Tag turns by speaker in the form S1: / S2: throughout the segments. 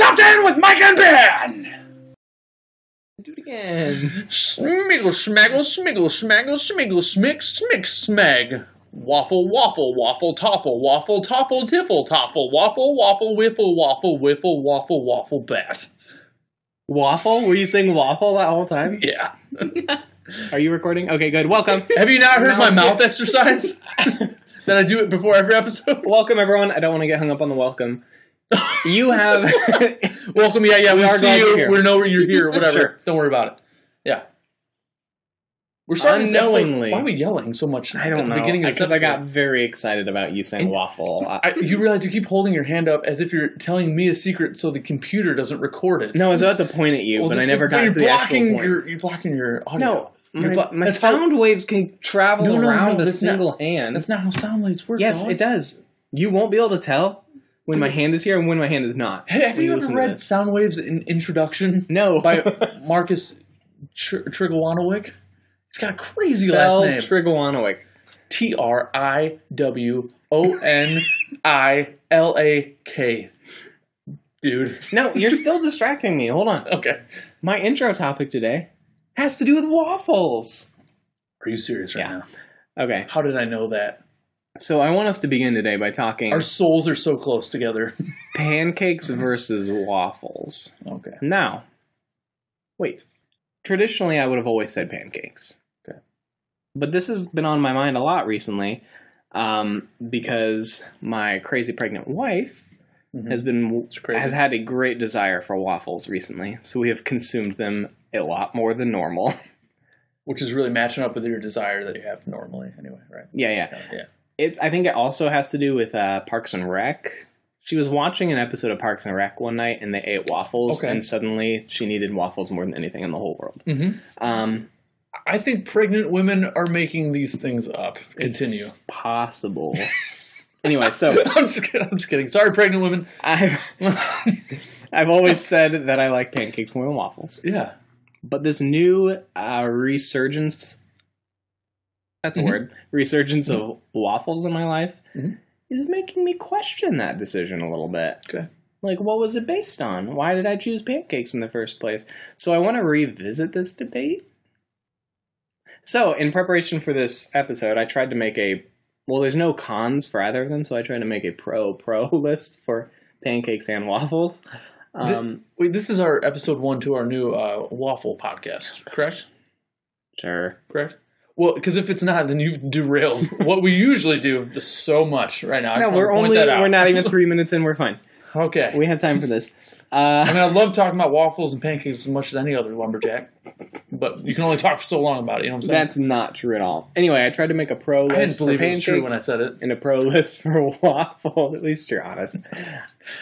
S1: again with Mike and Ben!
S2: Do it again.
S3: Smiggle, smaggle, smiggle, smaggle, smiggle, smick, smick, smag. Waffle, waffle, waffle, toffle, waffle, toffle, tiffle, toffle, waffle, waffle, whiffle, waffle, whiffle, waffle, waffle, bat.
S2: Waffle? Were you saying waffle that whole time?
S3: Yeah.
S2: Are you recording? Okay, good. Welcome.
S3: Have you not heard my
S2: Mouth-
S3: mouth exercise? that I do it before every episode?
S2: Welcome, everyone. I don't want to get hung up on the welcome. You have.
S3: Welcome, yeah, yeah, we,
S2: We are
S3: see
S2: glad
S3: you.
S2: you're here.
S3: We know you're here, whatever.
S2: Sure.
S3: Don't worry about it. Yeah. We're starting this episode-
S2: Unknowingly.
S3: Why are we yelling so much
S2: I don't
S3: at the
S2: know.
S3: beginning of this
S2: Because I got
S3: episode?
S2: very excited about you saying
S3: And-
S2: waffle a lot.
S3: I, you realize you keep holding your hand up as if you're telling me a secret so the computer doesn't record it.
S2: no, I was about to point at you,
S3: Well,
S2: but
S3: the-
S2: I never
S3: the-
S2: got
S3: you're
S2: to the
S3: blocking
S2: actual point.
S3: Your, you're blocking your audio.
S2: no,
S3: You're
S2: my,
S3: bu-
S2: my
S3: that's how-
S2: sound waves can travel
S3: No, no, no,
S2: around a
S3: that's not-
S2: single hand.
S3: That's not how sound waves work.
S2: yes,
S3: dog.
S2: it does. You won't be able to tell when my hand is here and when my hand is not.
S3: Hey, have
S2: when
S3: you ever
S2: listen to
S3: read
S2: this.
S3: Sound Waves in Introduction
S2: No,
S3: by Marcus Tr- Trigowanowick? It's got a crazy
S2: Bell
S3: last name.
S2: Trigowanowick.
S3: T R I W O N I L A K. Dude.
S2: No, you're still distracting me. Hold on.
S3: Okay.
S2: My intro topic today has to do with waffles.
S3: Are you serious right
S2: Yeah.
S3: now?
S2: Okay,
S3: How did I know that?
S2: so I want us to begin today by talking
S3: Our souls are so close together.
S2: pancakes versus waffles.
S3: Okay.
S2: Now, wait. Traditionally, I would have always said pancakes.
S3: Okay.
S2: But this has been on my mind a lot recently um, because my crazy pregnant wife
S3: Mhm.
S2: has been
S3: It's crazy.
S2: has had a great desire for waffles recently. So we have consumed them a lot more than normal.
S3: Which is really matching up with your desire that you have normally, anyway, right?
S2: yeah, yeah.
S3: Yeah.
S2: It's. I think it also has to do with uh, Parks and Rec. She was watching an episode of Parks and Rec one night, and they ate waffles,
S3: Okay.
S2: and suddenly she needed waffles more than anything in the whole world.
S3: Mm-hmm.
S2: Um,
S3: I think pregnant women are making these things up. Continue.
S2: It's possible. anyway, so
S3: I'm just kidding. I'm just kidding. Sorry, pregnant women.
S2: I've I've always said that I like pancakes more than waffles,
S3: yeah.
S2: but this new uh, resurgence. That's a
S3: Mhm.
S2: word. Resurgence of waffles in my life
S3: Mhm.
S2: is making me question that decision a little bit.
S3: Okay.
S2: Like, what was it based on? Why did I choose pancakes in the first place? So I want to revisit this debate. So, in preparation for this episode, I tried to make a well, there's no cons for either of them, so I tried to make a pro pro list for pancakes and waffles. Um,
S3: Wait, this is our episode one to our new uh, waffle podcast, correct?
S2: sure.
S3: Correct. Well, because if it's not, then you've derailed what we usually do just so much right now. I
S2: No,
S3: just
S2: we're
S3: wanna point
S2: only
S3: that out.
S2: we're not even three minutes in. We're fine.
S3: okay.
S2: We have time for this.
S3: I
S2: Uh,
S3: mean, I love talking about waffles and pancakes as much as any other lumberjack, but you can only talk for so long about it. You know what I'm saying?
S2: that's not true at all. Anyway, I tried to make a pro
S3: I didn't
S2: list for
S3: believe it was
S2: pancakes
S3: true when I said it.
S2: and a pro list for waffles. At least you're honest.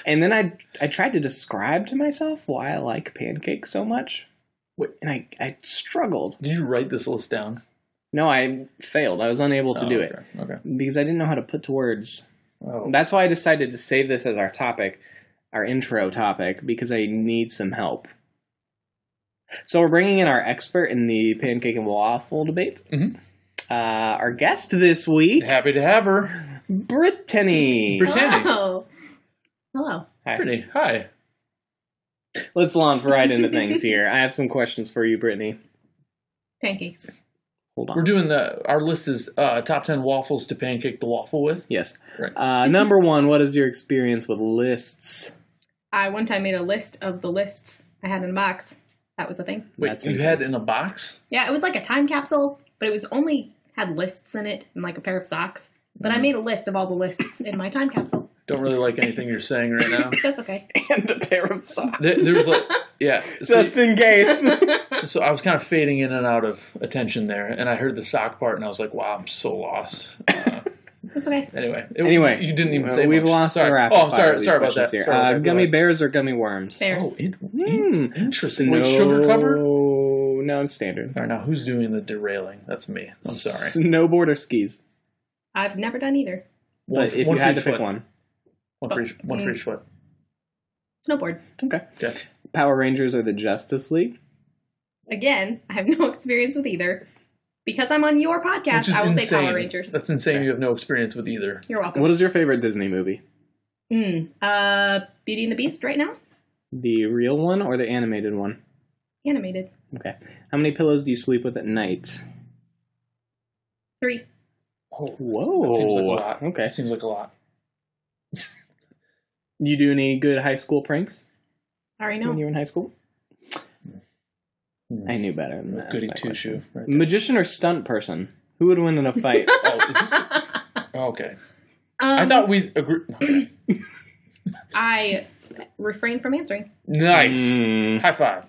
S2: And then I I tried to describe to myself why I like pancakes so much.
S3: Wait.
S2: And I, I struggled.
S3: Did you write this list down?
S2: No, I failed. I was unable to
S3: Oh,
S2: do
S3: okay. it. Okay.
S2: it because I didn't know how to put to words
S3: Oh.
S2: That's why I decided to save this as our topic, our intro topic, because I need some help. So we're bringing in our expert in the pancake and waffle debate.
S3: Mhm.
S2: Uh, our guest this week,
S3: Happy to have her.
S2: Brittany.
S3: Brit- Sandy.
S4: Hello. Hello.
S2: Hi.
S3: Pretty. Hi.
S2: Let's launch right into things here. I have some questions for you, Brittany.
S4: Pancakes.
S2: Hold on.
S3: We're doing the our list is uh, top ten waffles to pancake the waffle with.
S2: yes.
S3: Right.
S2: Uh, number one, what is your experience with lists?
S4: I one time made a list of the lists I had in a box. That was a thing.
S3: Wait,
S2: That's
S3: you had
S2: intense.
S3: in a box?
S4: Yeah, it was like a time capsule, but it was only had lists in it and like a pair of socks. But
S3: Mm.
S4: I made a list of all the lists in my time capsule.
S3: Don't really like anything you're saying right now.
S4: That's okay.
S2: and a pair of socks.
S3: There, there's like yeah. So,
S2: Just in case.
S3: so I was kind of fading in and out of attention there, and I heard the sock part, and I was like, wow, I'm so lost. Uh,
S4: That's okay.
S3: anyway, it-
S2: Anyway,
S3: you didn't even
S2: uh,
S3: say
S2: we've
S3: much.
S2: lost
S3: sorry.
S2: our rapid
S3: Oh, I'm
S2: fire of
S3: sorry.
S2: these
S3: Sorry about that.
S2: questions here.
S3: Sorry about
S2: Uh,
S3: that.
S2: gummy
S3: Go
S2: bears or gummy worms?
S4: Bears.
S3: ahead. Oh, in-
S2: Mm.
S3: Interesting. With sugar covered?
S2: Snow- No, it's standard.
S3: All right, now who's doing the derailing? That's me. I'm sorry.
S2: Snowboard or skis?
S4: I've never done either.
S2: But if you
S3: for
S2: had
S3: each
S2: to pick
S3: foot.
S2: one,
S3: one for each, one for
S4: Mm.
S3: each foot.
S4: Snowboard.
S2: okay.
S3: Okay.
S2: Power Rangers or the Justice League?
S4: Again, I have no experience with either. Because I'm on your podcast,
S3: Which is
S4: I will say
S3: insane.
S4: Power Rangers.
S3: That's insane. You have no experience with either.
S4: You're welcome. Hmm.
S2: What is your favorite Disney movie?
S4: Mm. Uh, Beauty and the Beast right now?
S2: The real one or the animated one?
S4: Animated.
S2: Okay. How many pillows do you sleep with at night?
S4: Three.
S3: Oh,
S2: Whoa.
S3: That seems like a lot.
S2: Okay.
S3: That seems like a lot.
S2: You do any good high school pranks
S4: Sorry,
S2: when
S4: no.
S2: you were in high school?
S3: Hmm.
S2: I knew better than that.
S3: Goody
S2: That's my
S3: two shoe. Right.
S2: Magician or stunt person? Who would win in a fight?
S3: Oh, is this? oh, Okay.
S4: Um,
S3: I thought we agreed. Okay.
S4: I refrained from answering.
S3: Nice.
S2: Mm.
S3: High five.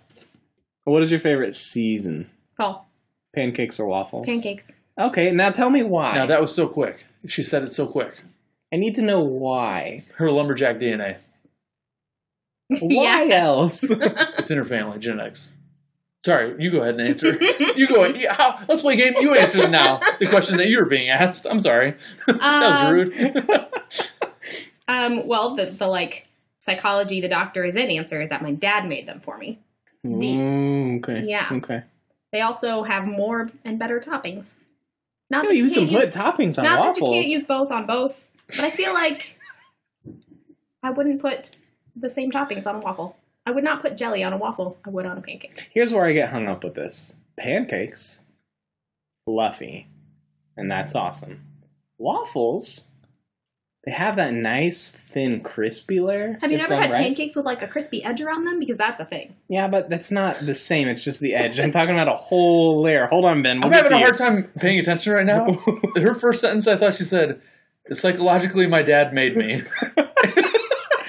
S2: What is your favorite season?
S4: Fall.
S2: Pancakes or waffles?
S4: Pancakes.
S2: Okay, now tell me why.
S3: Now that was so quick. She said it so quick.
S2: I need to know why.
S3: Her lumberjack DNA.
S2: Why else?
S3: It's in her family genetics. Sorry, you go ahead and answer. you go. yeah, How, let's play a game. You answer now the question that you were being asked. I'm sorry. that was
S4: Um,
S3: rude.
S4: Um, well, the, the like psychology the doctor is in answer is that my dad made them for me. Me.
S2: Mm, okay.
S4: Yeah.
S2: Okay.
S4: They also have more and better toppings. Not
S2: No,
S4: that you,
S2: you can
S4: can't use,
S2: put toppings on
S4: not that you
S2: waffles.
S4: can't use both on both, but I feel like I wouldn't put the same toppings on a waffle. I would not put jelly on a waffle. I would on a pancake.
S2: Here's where I get hung up with this pancakes, fluffy, and that's awesome. Waffles, they have that nice, thin, crispy layer.
S4: Have you
S2: if
S4: never
S2: done
S4: had
S2: right.
S4: pancakes with like a crispy edge around them? Because that's a thing.
S2: Yeah, but that's not the same. It's just the edge. I'm talking about a whole layer. Hold on, Ben.
S3: I'm
S2: we'll get
S3: having a
S2: to
S3: hard time paying attention right now. Her first sentence, I thought she said, "Psychologically, my dad made me."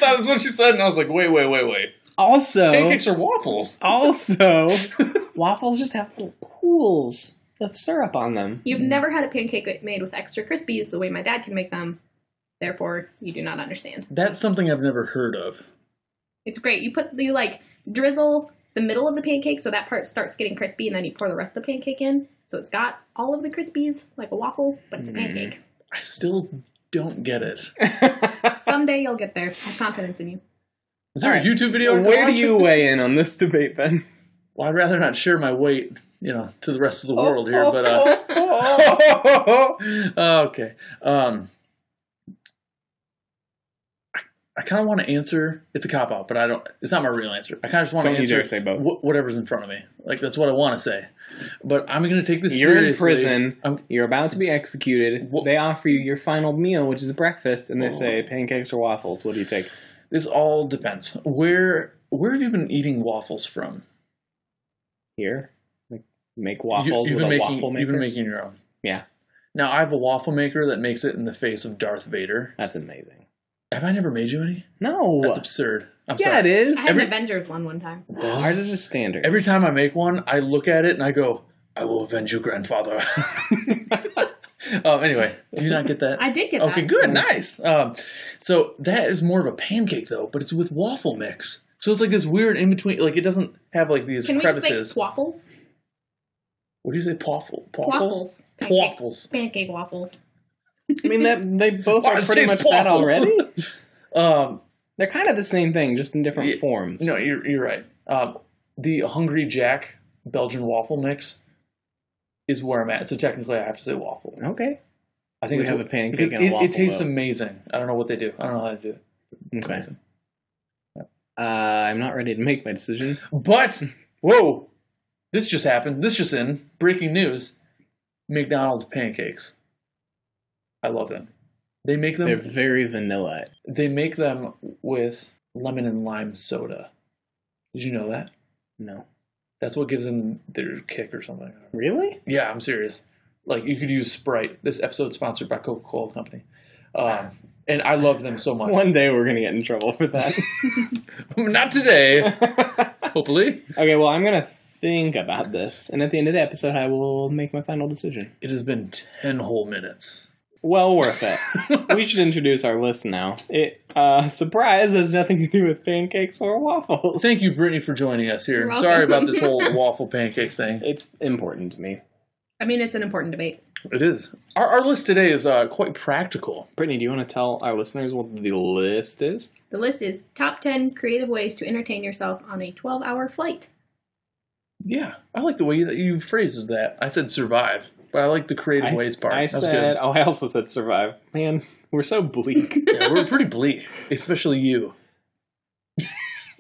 S3: That's what she said, and I was like, "Wait, wait, wait, wait!
S2: you. Also,
S3: Pancakes are waffles."
S2: also, waffles just have little pools of syrup on them.
S4: You've never had a pancake made with extra crispies the way my dad can make them. Therefore, you do not understand.
S3: That's something I've never heard of.
S4: It's great. You put you like drizzle the middle of the pancake so that part starts getting crispy, and then you pour the rest of the pancake in. So it's got all of the crispies like a waffle, but it's a
S3: Mm-hmm.
S4: pancake.
S3: I still don't get it.
S4: Someday you'll get there. I have confidence in you.
S3: Is there
S2: Alright.
S3: a YouTube video? I can
S2: Where do
S3: watch?
S2: you weigh in on this debate, Ben?
S3: Well, I'd rather not share my weight, you know, to the rest of the world here. But
S2: uh...
S3: uh, okay, um, I, I kind of want to answer. It's a cop out, but I don't. It's not my real answer. I kind of just want to
S2: Don't you
S3: answer
S2: dare say both.
S3: wh- whatever's in front of me. Like that's what I want to say. But I'm going to take this.
S2: You're in
S3: seriously.
S2: prison.
S3: I'm-
S2: You're about to be executed.
S3: Wha-
S2: They offer you your final meal, which is breakfast, and they
S3: Oh.
S2: say pancakes or waffles. What do you take?
S3: This all depends. Where where have you been eating waffles from?
S2: Here, Like, make
S3: You-
S2: waffles with a
S3: making,
S2: waffle maker.
S3: You've been making your own.
S2: Yeah.
S3: Now I have a waffle maker that makes it in the face of Darth Vader.
S2: That's amazing.
S3: Have I never made you any?
S2: No,
S3: That's absurd. I'm
S2: yeah,
S3: sorry.
S2: it
S4: I
S2: is.
S4: had
S3: Every-
S4: an Avengers one one time.
S2: Ours is just standard.
S3: Every time I make one, I look at it and I go, "I will avenge your grandfather." um, anyway, do you not get that?
S4: I did get
S3: okay,
S4: that.
S3: good, nice. Um, so that is more of a pancake though, but it's with waffle mix. So it's like this weird in between. Like it doesn't have like these
S4: Can we just
S3: crevices.
S4: make waffles?
S3: what do you say, pawful? Pawfles?
S4: Waffles. Pancake,
S3: Pawfles.
S4: pancake waffles.
S2: I mean, that they both are
S3: Ours
S2: pretty much
S3: tastes
S2: that
S3: waffle.
S2: already.
S3: Um,
S2: They're kind of the same thing, just in different
S3: Yeah,
S2: forms.
S3: no, you're you're right. Um, the Hungry Jack Belgian waffle mix is where I'm at. So technically, I have to say waffle.
S2: Okay.
S3: I
S2: We
S3: it's
S2: have
S3: what-
S2: a pancake
S3: because
S2: and a
S3: it,
S2: waffle,
S3: It tastes
S2: though.
S3: amazing. I don't know what they do. I don't know how they do it. It's
S2: Okay.
S3: amazing.
S2: Uh, I'm not ready to make my decision.
S3: But whoa, this just happened. This just in breaking news: McDonald's pancakes. I love them. They make them.
S2: They're very vanilla.
S3: They make them with lemon and lime soda. Did you know that?
S2: No.
S3: That's what gives them their kick or something.
S2: Really?
S3: Yeah, I'm serious. Like you could use Sprite. This episode's sponsored by Coca-Cola Company, um, and I love them so much.
S2: One day we're gonna get in trouble for that.
S3: Not today, hopefully.
S2: Okay, well, I'm gonna think about this, and at the end of the episode, I will make my final decision.
S3: It has been 10 whole minutes.
S2: Well worth it. we should introduce our list now. It uh, surprise has nothing to do with pancakes or waffles.
S3: Thank you, Brittany, for joining us here.
S4: You're
S3: Sorry
S4: welcome.
S3: about this whole waffle pancake thing.
S2: It's important to me.
S4: I mean, it's an important debate.
S3: It is. Our, our list today is uh, quite practical.
S2: Brittany, do you want to tell our listeners what the list is?
S4: The list is top 10 creative ways to entertain yourself on a 12 hour flight.
S3: Yeah, I like the way that you phrases that. I said survive, but I like the creative
S2: I-
S3: ways part.
S2: I
S3: That's
S2: said. Oh, I also said survive. Man, we're so bleak.
S3: good. yeah, we're pretty bleak, especially you.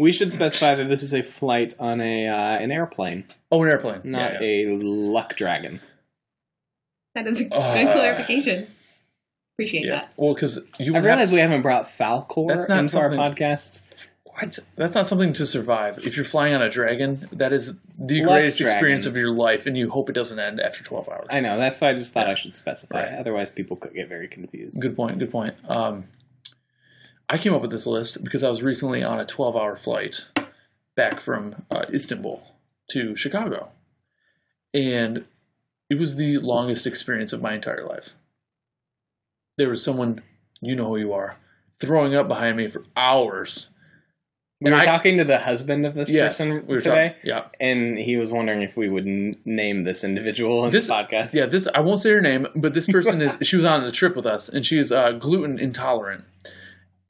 S2: We should specify that this is a flight on a uh, an airplane,
S3: Oh, an airplane.
S2: not
S3: Yeah, yeah.
S2: a luck dragon.
S4: That is a good
S3: Uh,
S4: clarification. Appreciate
S3: Yeah.
S4: that.
S3: Well, because
S2: I
S3: you would have
S2: realize we haven't brought Falcor
S3: That's
S2: into
S3: not
S2: our
S3: something-
S2: podcast.
S3: What? That's not something to survive. If you're flying on a dragon, that is the
S2: Luck
S3: greatest
S2: dragon.
S3: experience of your life, and you hope it doesn't end after 12 hours.
S2: I know that's why I just thought I should specify.
S3: Right.
S2: Otherwise, people could get very confused.
S3: Good point. Good point. Um, I came up with this list because I was recently on a 12 hour flight back from uh, Istanbul to Chicago. And it was the longest experience of my entire life. There was someone, you know who you are, throwing up behind me for hours.
S2: We were
S3: I-
S2: talking to the husband of this
S3: Yes,
S2: person
S3: we were
S2: today,
S3: talking. Yeah.
S2: and he was wondering if we would n- name this individual in
S3: This-
S2: the podcast.
S3: Yeah, this I won't say her name, but this person is she was on the trip with us and she is uh, gluten intolerant.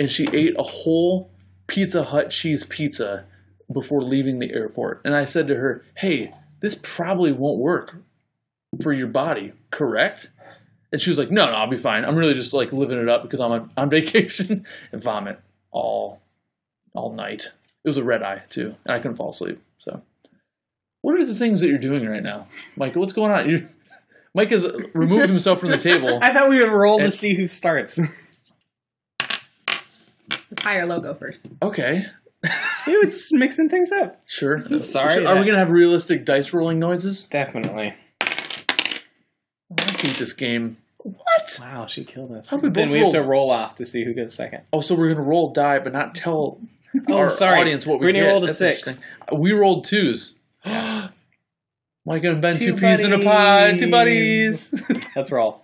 S3: And she ate a whole Pizza Hut cheese pizza before leaving the airport. And I said to her, "Hey, this probably won't work for your body, correct?" And she was like, "No, no, I'll be fine. I'm really just like living it up because I'm on, on vacation and vomit all all night. It was a red eye too, and I couldn't fall asleep. So, what are the things that you're doing right now, Mike? What's going on? You, Mike has removed himself from the table.
S2: I thought we would roll to
S3: It's-
S2: see who starts.
S4: Let's hire a logo first.
S3: Okay,
S2: Dude, it's mixing things up.
S3: sure.
S2: sorry
S3: Are
S2: that-
S3: we gonna have realistic dice rolling noises?
S2: Definitely.
S3: I hate this game. What?
S2: Wow, she killed us.
S3: How did we
S2: then
S3: both
S2: we have to
S3: roll?
S2: roll off to see who goes second.
S3: Oh, so we're gonna roll die, but not tell our audience what we
S2: Brittany
S3: get.
S2: rolled a
S3: That's
S2: six.
S3: interesting. We rolled twos. Mike and Ben,
S2: Two
S3: two, peas in a pod, two
S2: buddies.
S3: buddies.
S2: Let's roll.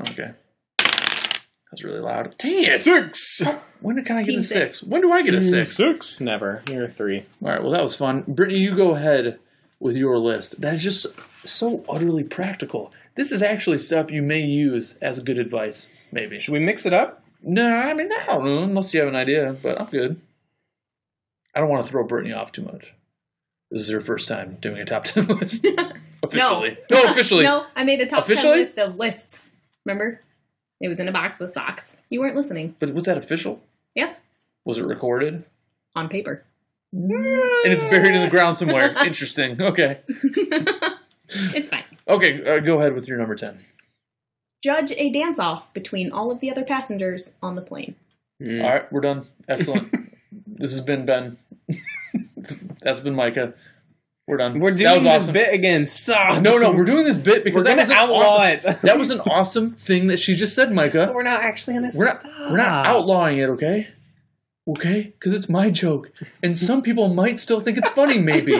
S3: okay, that was really loud. Dang it!
S2: Six.
S3: When can I get
S4: Team
S3: a
S4: six.
S3: six? When do I get a six?
S2: Mm, Six. Never. You're a three.
S3: All right. Well, that was fun. Brittany, you go ahead with your list. That is just so utterly practical. This is actually stuff you may use as good advice. Maybe.
S2: Should we mix it up?
S3: No, I mean, I don't know, unless you have an idea, but I'm good. I don't want to throw Brittany off too much. This is her first time doing a top 10 list. officially. No, officially.
S4: no, I made a top
S3: Officially?
S4: 10 list of lists. Remember? It was in a box with socks. You weren't listening.
S3: But was that official?
S4: Yes?
S3: Was it recorded?
S4: On paper.
S3: And it's buried in the ground somewhere. Interesting. Okay.
S4: It's fine.
S3: Okay, uh, go ahead with your number 10.
S4: Judge a dance off between all of the other passengers on the plane.
S2: Mm.
S3: All right, we're done. Excellent. this has been Ben. That's been Micah. We're done.
S2: We're doing
S3: that was
S2: this
S3: awesome.
S2: bit again. Stop.
S3: No, no, we're doing this bit because
S2: We're
S3: that
S2: gonna
S3: was an
S2: outlaw
S3: awesome,
S2: it.
S3: That was an awesome thing that she just said, Micah.
S2: we're not actually gonna
S3: We're not,
S2: stop.
S3: we're not outlawing it, okay? Okay? Because it's my joke. And some people might still think it's funny, maybe.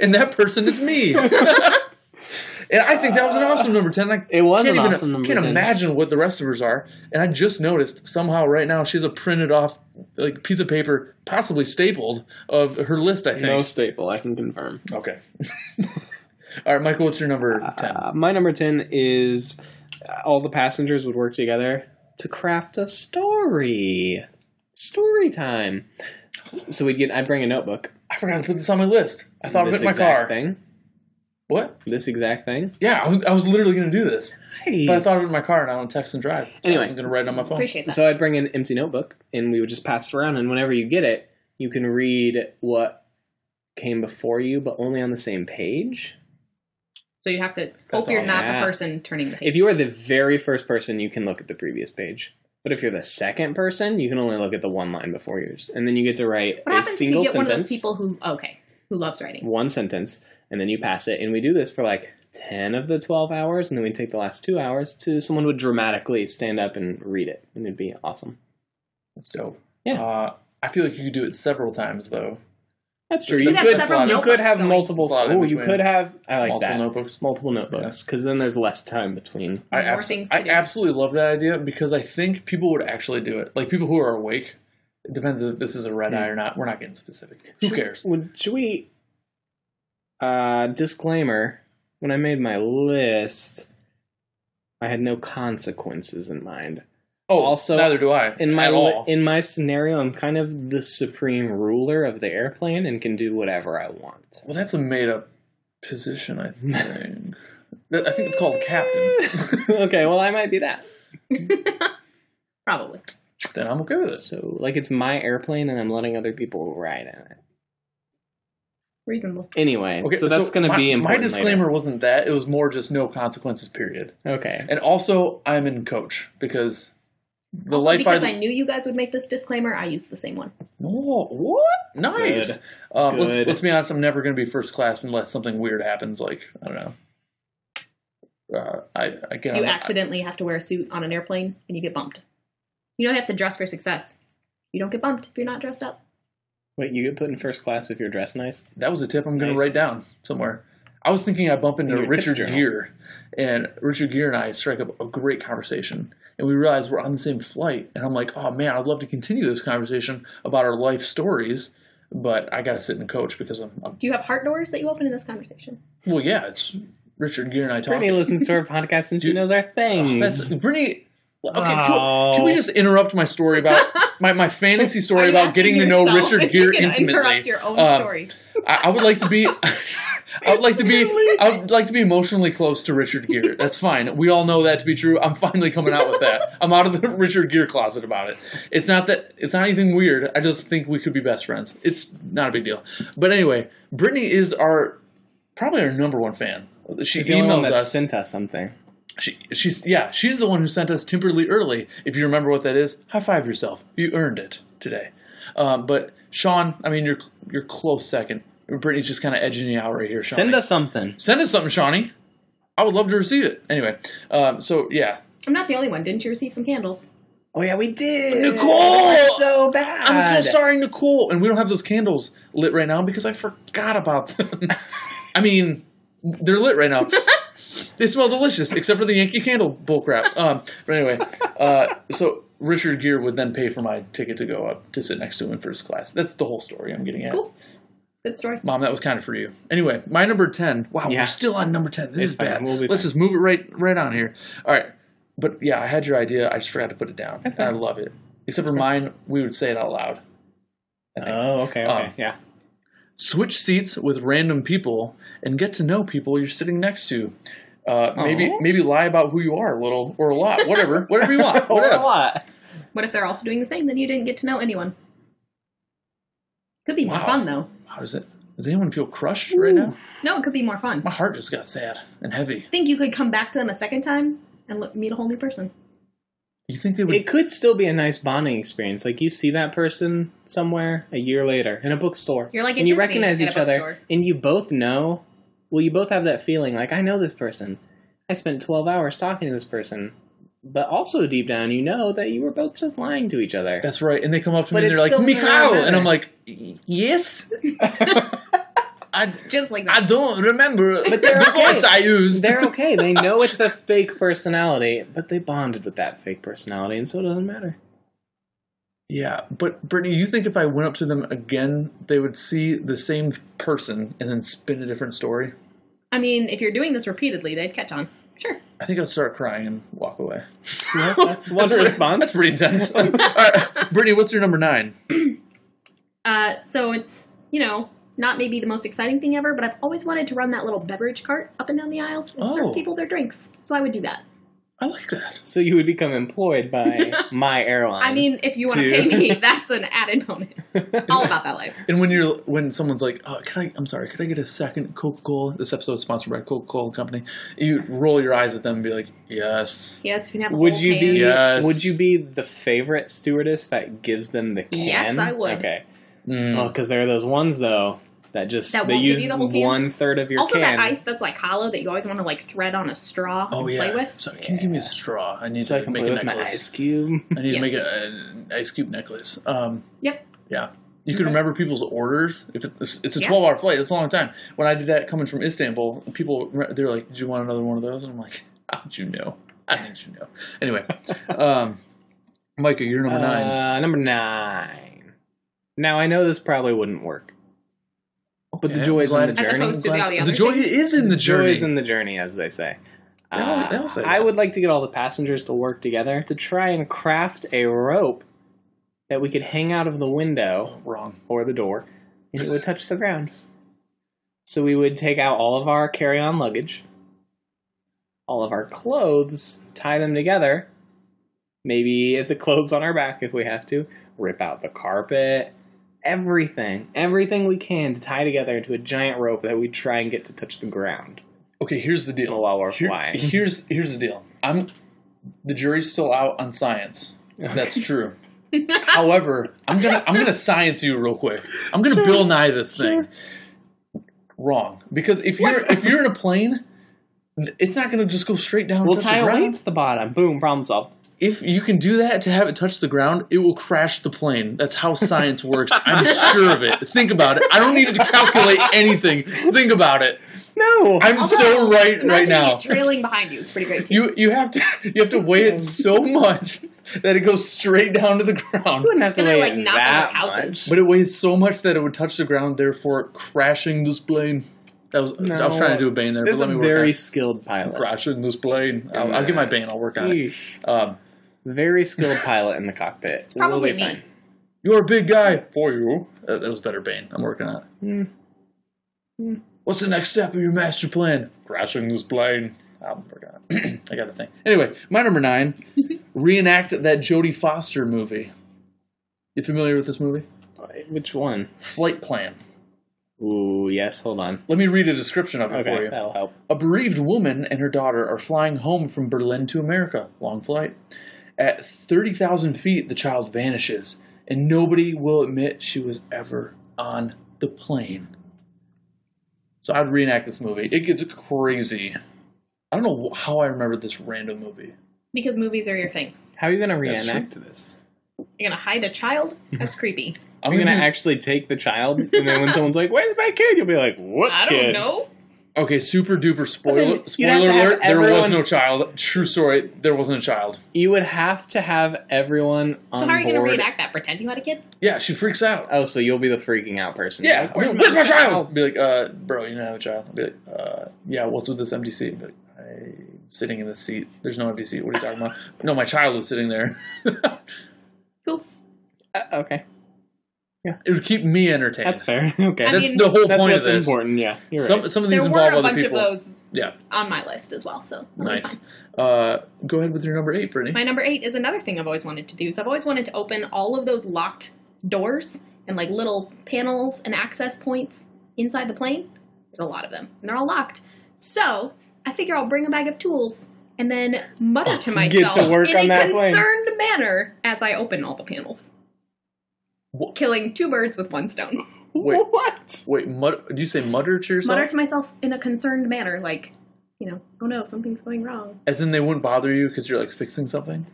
S3: and that person is me. and I think that was an awesome number 10. I
S2: It was
S3: can't
S2: an
S3: even
S2: awesome number
S3: can't
S2: 10.
S3: imagine what the rest of hers are. And I just noticed somehow right now she has a printed off like piece of paper, possibly stapled, of her list, I think.
S2: No staple. I can confirm.
S3: Okay. All right, Michael, what's your number 10?
S2: Uh, my number ten is uh, all the passengers would work together to craft a story. Story time. So we'd get. I bring a notebook.
S3: I forgot to put this on my list. I thought I
S2: this
S3: put it in my
S2: exact
S3: car.
S2: thing.
S3: What?
S2: This exact thing.
S3: Yeah, I was, I was literally going to do this. But I
S2: Nice.
S3: thought of it in my car and I don't text and drive. So
S2: Anyway.
S3: I am going to write it on my phone.
S4: Appreciate that.
S2: So I'd bring an empty notebook and we would just pass it around. And whenever you get it, you can read what came before you, but only on the same page.
S4: So you have to
S3: That's
S4: hope you're
S3: awesome.
S4: not
S2: Yeah.
S4: the person turning the page.
S2: If you are the very first person, you can look at the previous page. But if you're the second person, you can only look at the one line before yours. And then you get to write
S4: what
S2: a
S4: happens if you
S2: single
S4: get
S2: sentence,
S4: one of those people who okay, who loves writing?
S2: one sentence, and then you pass it. And we do this for like 10 of the 12 hours, and then we take the last two hours to someone would dramatically stand up and read it. And it'd be awesome.
S3: That's dope.
S2: Yeah.
S3: Uh, I feel like you could do it several times, though.
S2: That's true.
S3: You
S2: You
S3: could have
S2: could,
S3: several
S2: you could
S4: notebooks
S2: have
S4: going.
S2: multiple.
S3: Slot in
S2: Oh, you
S3: between.
S2: could have. I like
S3: Multiple
S2: that.
S3: notebooks.
S2: Multiple notebooks because then there's less time between.
S3: I,
S4: More
S3: abso-
S4: things to
S3: I
S4: do.
S3: absolutely love that idea because I think people would actually do it. Like people who are awake. It depends if this is a red eye or not. We're not getting specific. Who cares?
S2: Would, Hmm. should we? Uh, disclaimer: When I made my list, I had no consequences in mind.
S3: Oh,
S2: Also,
S3: also neither do I.
S2: In my
S3: at
S2: li-
S3: all.
S2: in my scenario, I'm kind of the supreme ruler of the airplane and can do whatever I want.
S3: well, that's a made up position. I think. That- I think it's called captain.
S2: okay, well I might be that.
S4: Probably.
S3: then I'm okay with it.
S2: So, like, it's my airplane and I'm letting other people ride in it.
S4: Reasonable.
S2: Anyway, so that's going to
S3: my-
S2: be
S3: My
S2: important.
S3: disclaimer wasn't that. It was more just no consequences, period.
S2: later. Okay.
S3: And also, I'm in coach because the
S4: also,
S3: life
S4: because
S3: I,
S4: I knew you guys would make this disclaimer, I used the same one.
S3: Whoa, what? Nice.
S2: Good.
S3: Uh,
S2: Good.
S3: Let's, let's be honest. I'm never going to be first class unless something weird happens. Like I don't know. Uh, I I get
S4: you
S3: on-
S4: accidentally have to wear a suit on an airplane and you get bumped. You don't have to dress for success. You don't get bumped if you're not dressed up.
S2: Wait, you get put in first class if you're dressed nice?
S3: That was a tip I'm going
S2: Nice.
S3: to write down somewhere. I was thinking I bump into
S2: In your tip
S3: Richard
S2: journal.
S3: Gere, and Richard Gere and I strike up a great conversation, and we realize we're on the same flight. And I'm like, oh man, I'd love to continue this conversation about our life stories, but I got to sit in the coach because I'm, I'm
S4: Do you have heart doors that you open in this conversation?
S3: well, yeah, it's Richard Gere and I
S2: Brittany
S3: talking.
S2: listens to our podcast and she
S3: Dude,
S2: knows our
S3: That's
S2: things.
S3: Brittany. Okay,
S2: Oh.
S3: cool. Can we just interrupt my story about my, my fantasy
S4: Are
S3: story
S4: you
S3: about
S4: asking
S3: getting to know
S4: yourself
S3: Richard
S4: if you
S3: Gere
S4: can
S3: intimately?
S4: Interrupt your own
S3: Uh,
S4: story.
S3: I, I would like to be. I would like to be. I would like to be emotionally close to Richard Gere. That's fine. We all know that to be true. I'm finally coming out with that. I'm out of the Richard Gere closet about it. It's not that. It's not anything weird. I just think we could be best friends. It's not a big deal. But anyway, Brittany is our probably our number one fan. She
S2: She's the only one
S3: emails
S2: that
S3: us.
S2: sent us something.
S3: She, she's yeah. She's the one who sent us Timberly early. If you remember what that is, high five yourself. You earned it today. Um, but Sean, I mean, you're you're close second. Brittany's just kind of edging you out right here. Shawnee.
S2: Send us something.
S3: send us something, Shawnee. I would love to receive it. Anyway, um, so yeah,
S4: I'm not the only one. Didn't you receive some candles?
S2: Oh, yeah, we did.
S3: Nicole!
S2: We're so bad.
S3: I'm so sorry, Nicole. And we don't have those candles lit right now because I forgot about them. I mean, they're lit right now. they smell delicious, except for the Yankee candle bullcrap. Um, but anyway, uh, so Richard Gere would then pay for my ticket to go up to sit next to him in first class. That's the whole story I'm getting at.
S4: Cool. Good story.
S3: Mom, that was kind of for you. Anyway, my number ten. Wow,
S2: Yeah.
S3: we're still on number ten. This
S2: It's
S3: is
S2: fine.
S3: bad.
S2: We'll be
S3: Let's
S2: fine.
S3: just move it right, right on here. All right, but yeah, I had your idea. I just forgot to put it down.
S2: That's
S3: And I
S2: fine.
S3: love it. Except for mine, we would say it out loud.
S2: Oh, okay, okay.
S3: Um,
S2: yeah.
S3: switch seats with random people and get to know people you're sitting next to. Uh, maybe
S2: Aw.
S3: maybe lie about who you are a little or a lot, whatever, whatever you want.
S2: What a
S3: whatever.
S2: lot.
S4: What if they're also doing the same? Then you didn't get to know anyone. Could be more
S3: Wow.
S4: fun though.
S3: How does it? Does anyone feel crushed right now?
S4: No, it could be more fun.
S3: My heart just got sad and heavy.
S4: think you could come back to them a second time and look, meet a whole new person.
S3: You think they would?
S2: It could still be a nice bonding experience. Like you see that person somewhere a year later in a bookstore.
S4: You're like at
S2: and you
S4: Disney
S2: recognize
S4: at a
S2: each other,
S4: bookstore.
S2: and you both know. Well, you both have that feeling like I know this person. I spent twelve hours talking to this person, but also deep down you know that you were both just lying to each other.
S3: That's right. And they come up to
S2: But
S3: me and
S2: it
S3: they're like,
S2: still doesn't really
S3: "Mikhail,"
S2: matter.
S3: and I'm like, "Y- "Yes." I
S4: Just like
S3: I
S4: that.
S3: don't remember
S2: But they're
S3: the
S2: okay.
S3: voice I used.
S2: They're okay. They know it's a fake personality, but they bonded with that fake personality, and so it doesn't matter.
S3: Yeah, but Brittany, you think if I went up to them again, they would see the same person and then spin a different story?
S4: I mean, if you're doing this repeatedly, they'd catch on. Sure.
S3: I think I'd start crying and walk away.
S2: Yeah, that's one
S3: pretty-
S2: response.
S3: That's pretty intense. All right, Brittany, what's your number nine?
S4: Uh, so it's you know not maybe the most exciting thing ever, but I've always wanted to run that little beverage cart up and down the aisles and
S3: Oh.
S4: serve people their drinks. So I would do that.
S3: I like that.
S2: So you would become employed by my airline.
S4: I mean, if you want
S2: Two.
S4: to pay me, that's an added bonus. All about that life.
S3: And when you're when someone's like, oh, "Can I?" I'm sorry. Could I get a second Coca-Cola? This episode's sponsored by Coca-Cola Company. You roll your eyes at them and be like, "Yes."
S4: Yes, if you can have. a
S2: Would
S4: whole
S2: you
S4: pan.
S2: be
S3: Yes.
S2: would you be the favorite stewardess that gives them the can?
S4: Yes, I would.
S2: Okay.
S3: Mm.
S2: Oh, because there are those ones though that just
S4: That
S2: they
S4: won't give
S2: use
S4: you the whole can?
S2: one third of your
S4: Also,
S2: can.
S4: that ice that's like hollow that you always want to like thread on a straw
S3: Oh
S4: and play
S3: yeah.
S4: with.
S3: So can you give me a straw? I need
S2: so I
S3: to
S2: can
S3: make
S2: play
S3: a
S2: with my
S3: necklace.
S2: ice cube.
S3: I need to make
S4: Yes.
S3: a, an ice cube necklace. Um,
S4: Yep.
S3: Yeah. You can
S4: Okay.
S3: remember people's orders. If it's, it's a
S4: Yes.
S3: 12 hour flight, that's a long time. When I did that coming from Istanbul, people re- they're like, "Did you want another one of those?" And I'm like, "How would you know? I didn't you know." Anyway, um, Micah, you're number nine.
S2: Uh, number nine. Now I know this probably wouldn't work, but the
S3: Okay,
S2: joy
S3: I'm
S2: is in the
S3: glad-
S4: As
S2: journey.
S4: opposed to the- all the
S3: The
S4: other
S3: joy
S4: things.
S3: is in the
S2: Joy
S3: journey.
S2: is in the journey, as they say. Uh,
S3: They al- they all say
S2: I
S3: that.
S2: would like to get all the passengers to work together to try and craft a rope that we could hang out of the window
S3: Wrong.
S2: or the door, and it would touch the ground. So we would take out all of our carry on luggage, all of our clothes, tie them together, Maybe the clothes on our back if we have to. Rip out the carpet. Everything. Everything we can to tie together into a giant rope that we try and get to touch the ground.
S3: Okay, here's the deal.
S2: While we're
S3: Here-
S2: flying.
S3: Here's here's the deal. I'm the jury's still out on science. That's true. However, I'm gonna I'm gonna science you real quick. I'm gonna Bill Nye this thing. Wrong, because if you're if you're in a plane, th- it's not gonna just go straight down. and
S2: We'll
S3: touch
S2: tie
S3: the
S2: a
S3: ground.
S2: weight to the bottom. Boom, problem solved.
S3: If you can do that to have it touch the ground, it will crash the plane. That's how science works. I'm sure of it. Think about it. I don't need to calculate anything. Think about it.
S2: No!
S3: I'm so right right
S4: Imagine
S3: now.
S4: it trailing behind you. It's pretty great too.
S3: You you have to you have to weigh it so much that it goes straight down to the ground.
S2: wouldn't have to
S4: Gonna,
S2: weigh
S4: like,
S2: it
S4: knock over
S2: that much.
S4: houses.
S3: But it weighs so much that it would touch the ground, therefore crashing this plane. That was I was
S2: No.
S3: trying to do a Bane there,
S2: This is
S3: but
S2: a
S3: let me
S2: very
S3: work
S2: skilled pilot.
S3: on it. crashing this plane. I'll, I'll get my Bane. I'll work on it.
S2: Yeesh.
S3: Um,
S2: Very skilled pilot in the cockpit. It's
S4: probably me.
S3: you're a big guy for you. Uh, that was better Bane. I'm working on it. Hmm. What's the next step of your master plan? Crashing this plane. I forgot. I got a thing. Anyway, my number nine: reenact that Jodie Foster movie. You familiar with this movie?
S2: Which one?
S3: Flight Plan.
S2: Ooh, yes. Hold on.
S3: Let me read a description of it for
S2: Okay,
S3: you.
S2: that'll help.
S3: A bereaved woman and her daughter are flying home from Berlin to America. Long flight. At 30,000 feet, the child vanishes, and nobody will admit she was ever on the plane. So I'd reenact this movie. It gets crazy. I don't know wh- how I remember this random movie.
S4: because movies are your thing.
S2: How are you going to
S3: That's
S2: reenact this?
S4: You're gonna hide a child? That's creepy.
S3: I'm
S2: Are you
S3: gonna
S2: going to
S3: act.
S2: actually take the child? And then when someone's like, where's my kid? You'll be like, what
S4: I
S2: kid?
S4: don't know.
S3: Okay, super duper spoiler
S2: then you'd have to have
S3: spoiler alert. There was
S2: everyone-
S3: no child. True story. There wasn't a child.
S2: You would have to have everyone on
S4: So how are you gonna
S2: board.
S4: reenact that? Pretend you had a kid?
S3: Yeah, she freaks out.
S2: Oh, so you'll be the freaking out person.
S3: Yeah,
S2: Like,
S3: where's, where's my child? Be like, uh, bro, you don't have a child. Be like, uh, yeah, what's with this empty seat? Be like, I'm sitting in this seat. There's no empty seat. What are you talking about? no, my child was sitting there.
S4: Cool.
S2: Uh, okay,
S3: it would keep me entertained.
S2: that's fair. Okay,
S4: I
S3: That's
S4: mean,
S3: the whole
S2: that's
S3: point
S2: what's
S3: of this.
S2: important. Yeah, you're
S3: Some
S2: right.
S3: some of these
S4: There were
S3: involve
S4: a
S3: other
S4: bunch of
S3: people.
S4: those
S3: Yeah,
S4: on my list as well. So that'll be
S3: nice.
S4: fun.
S3: Uh, go ahead with your number eight, Brittany.
S4: My number eight is another thing I've always wanted to do. Is I've always wanted to open all of those locked doors and like little panels and access points inside the plane. There's a lot of them, and they're all locked. So I figure I'll bring a bag of tools and then mutter to
S2: Get
S4: myself
S2: to work
S4: in
S2: on
S4: a
S2: that plane.
S4: concerned manner as I open all the panels,
S3: Wha-
S4: killing two birds with one stone.
S3: Wait.
S2: What?
S3: Wait, mut- did you say mutter to yourself?
S4: Mutter to myself in a concerned manner, like, you know, oh no, something's going wrong.
S3: As in, they wouldn't bother you because you're like fixing something.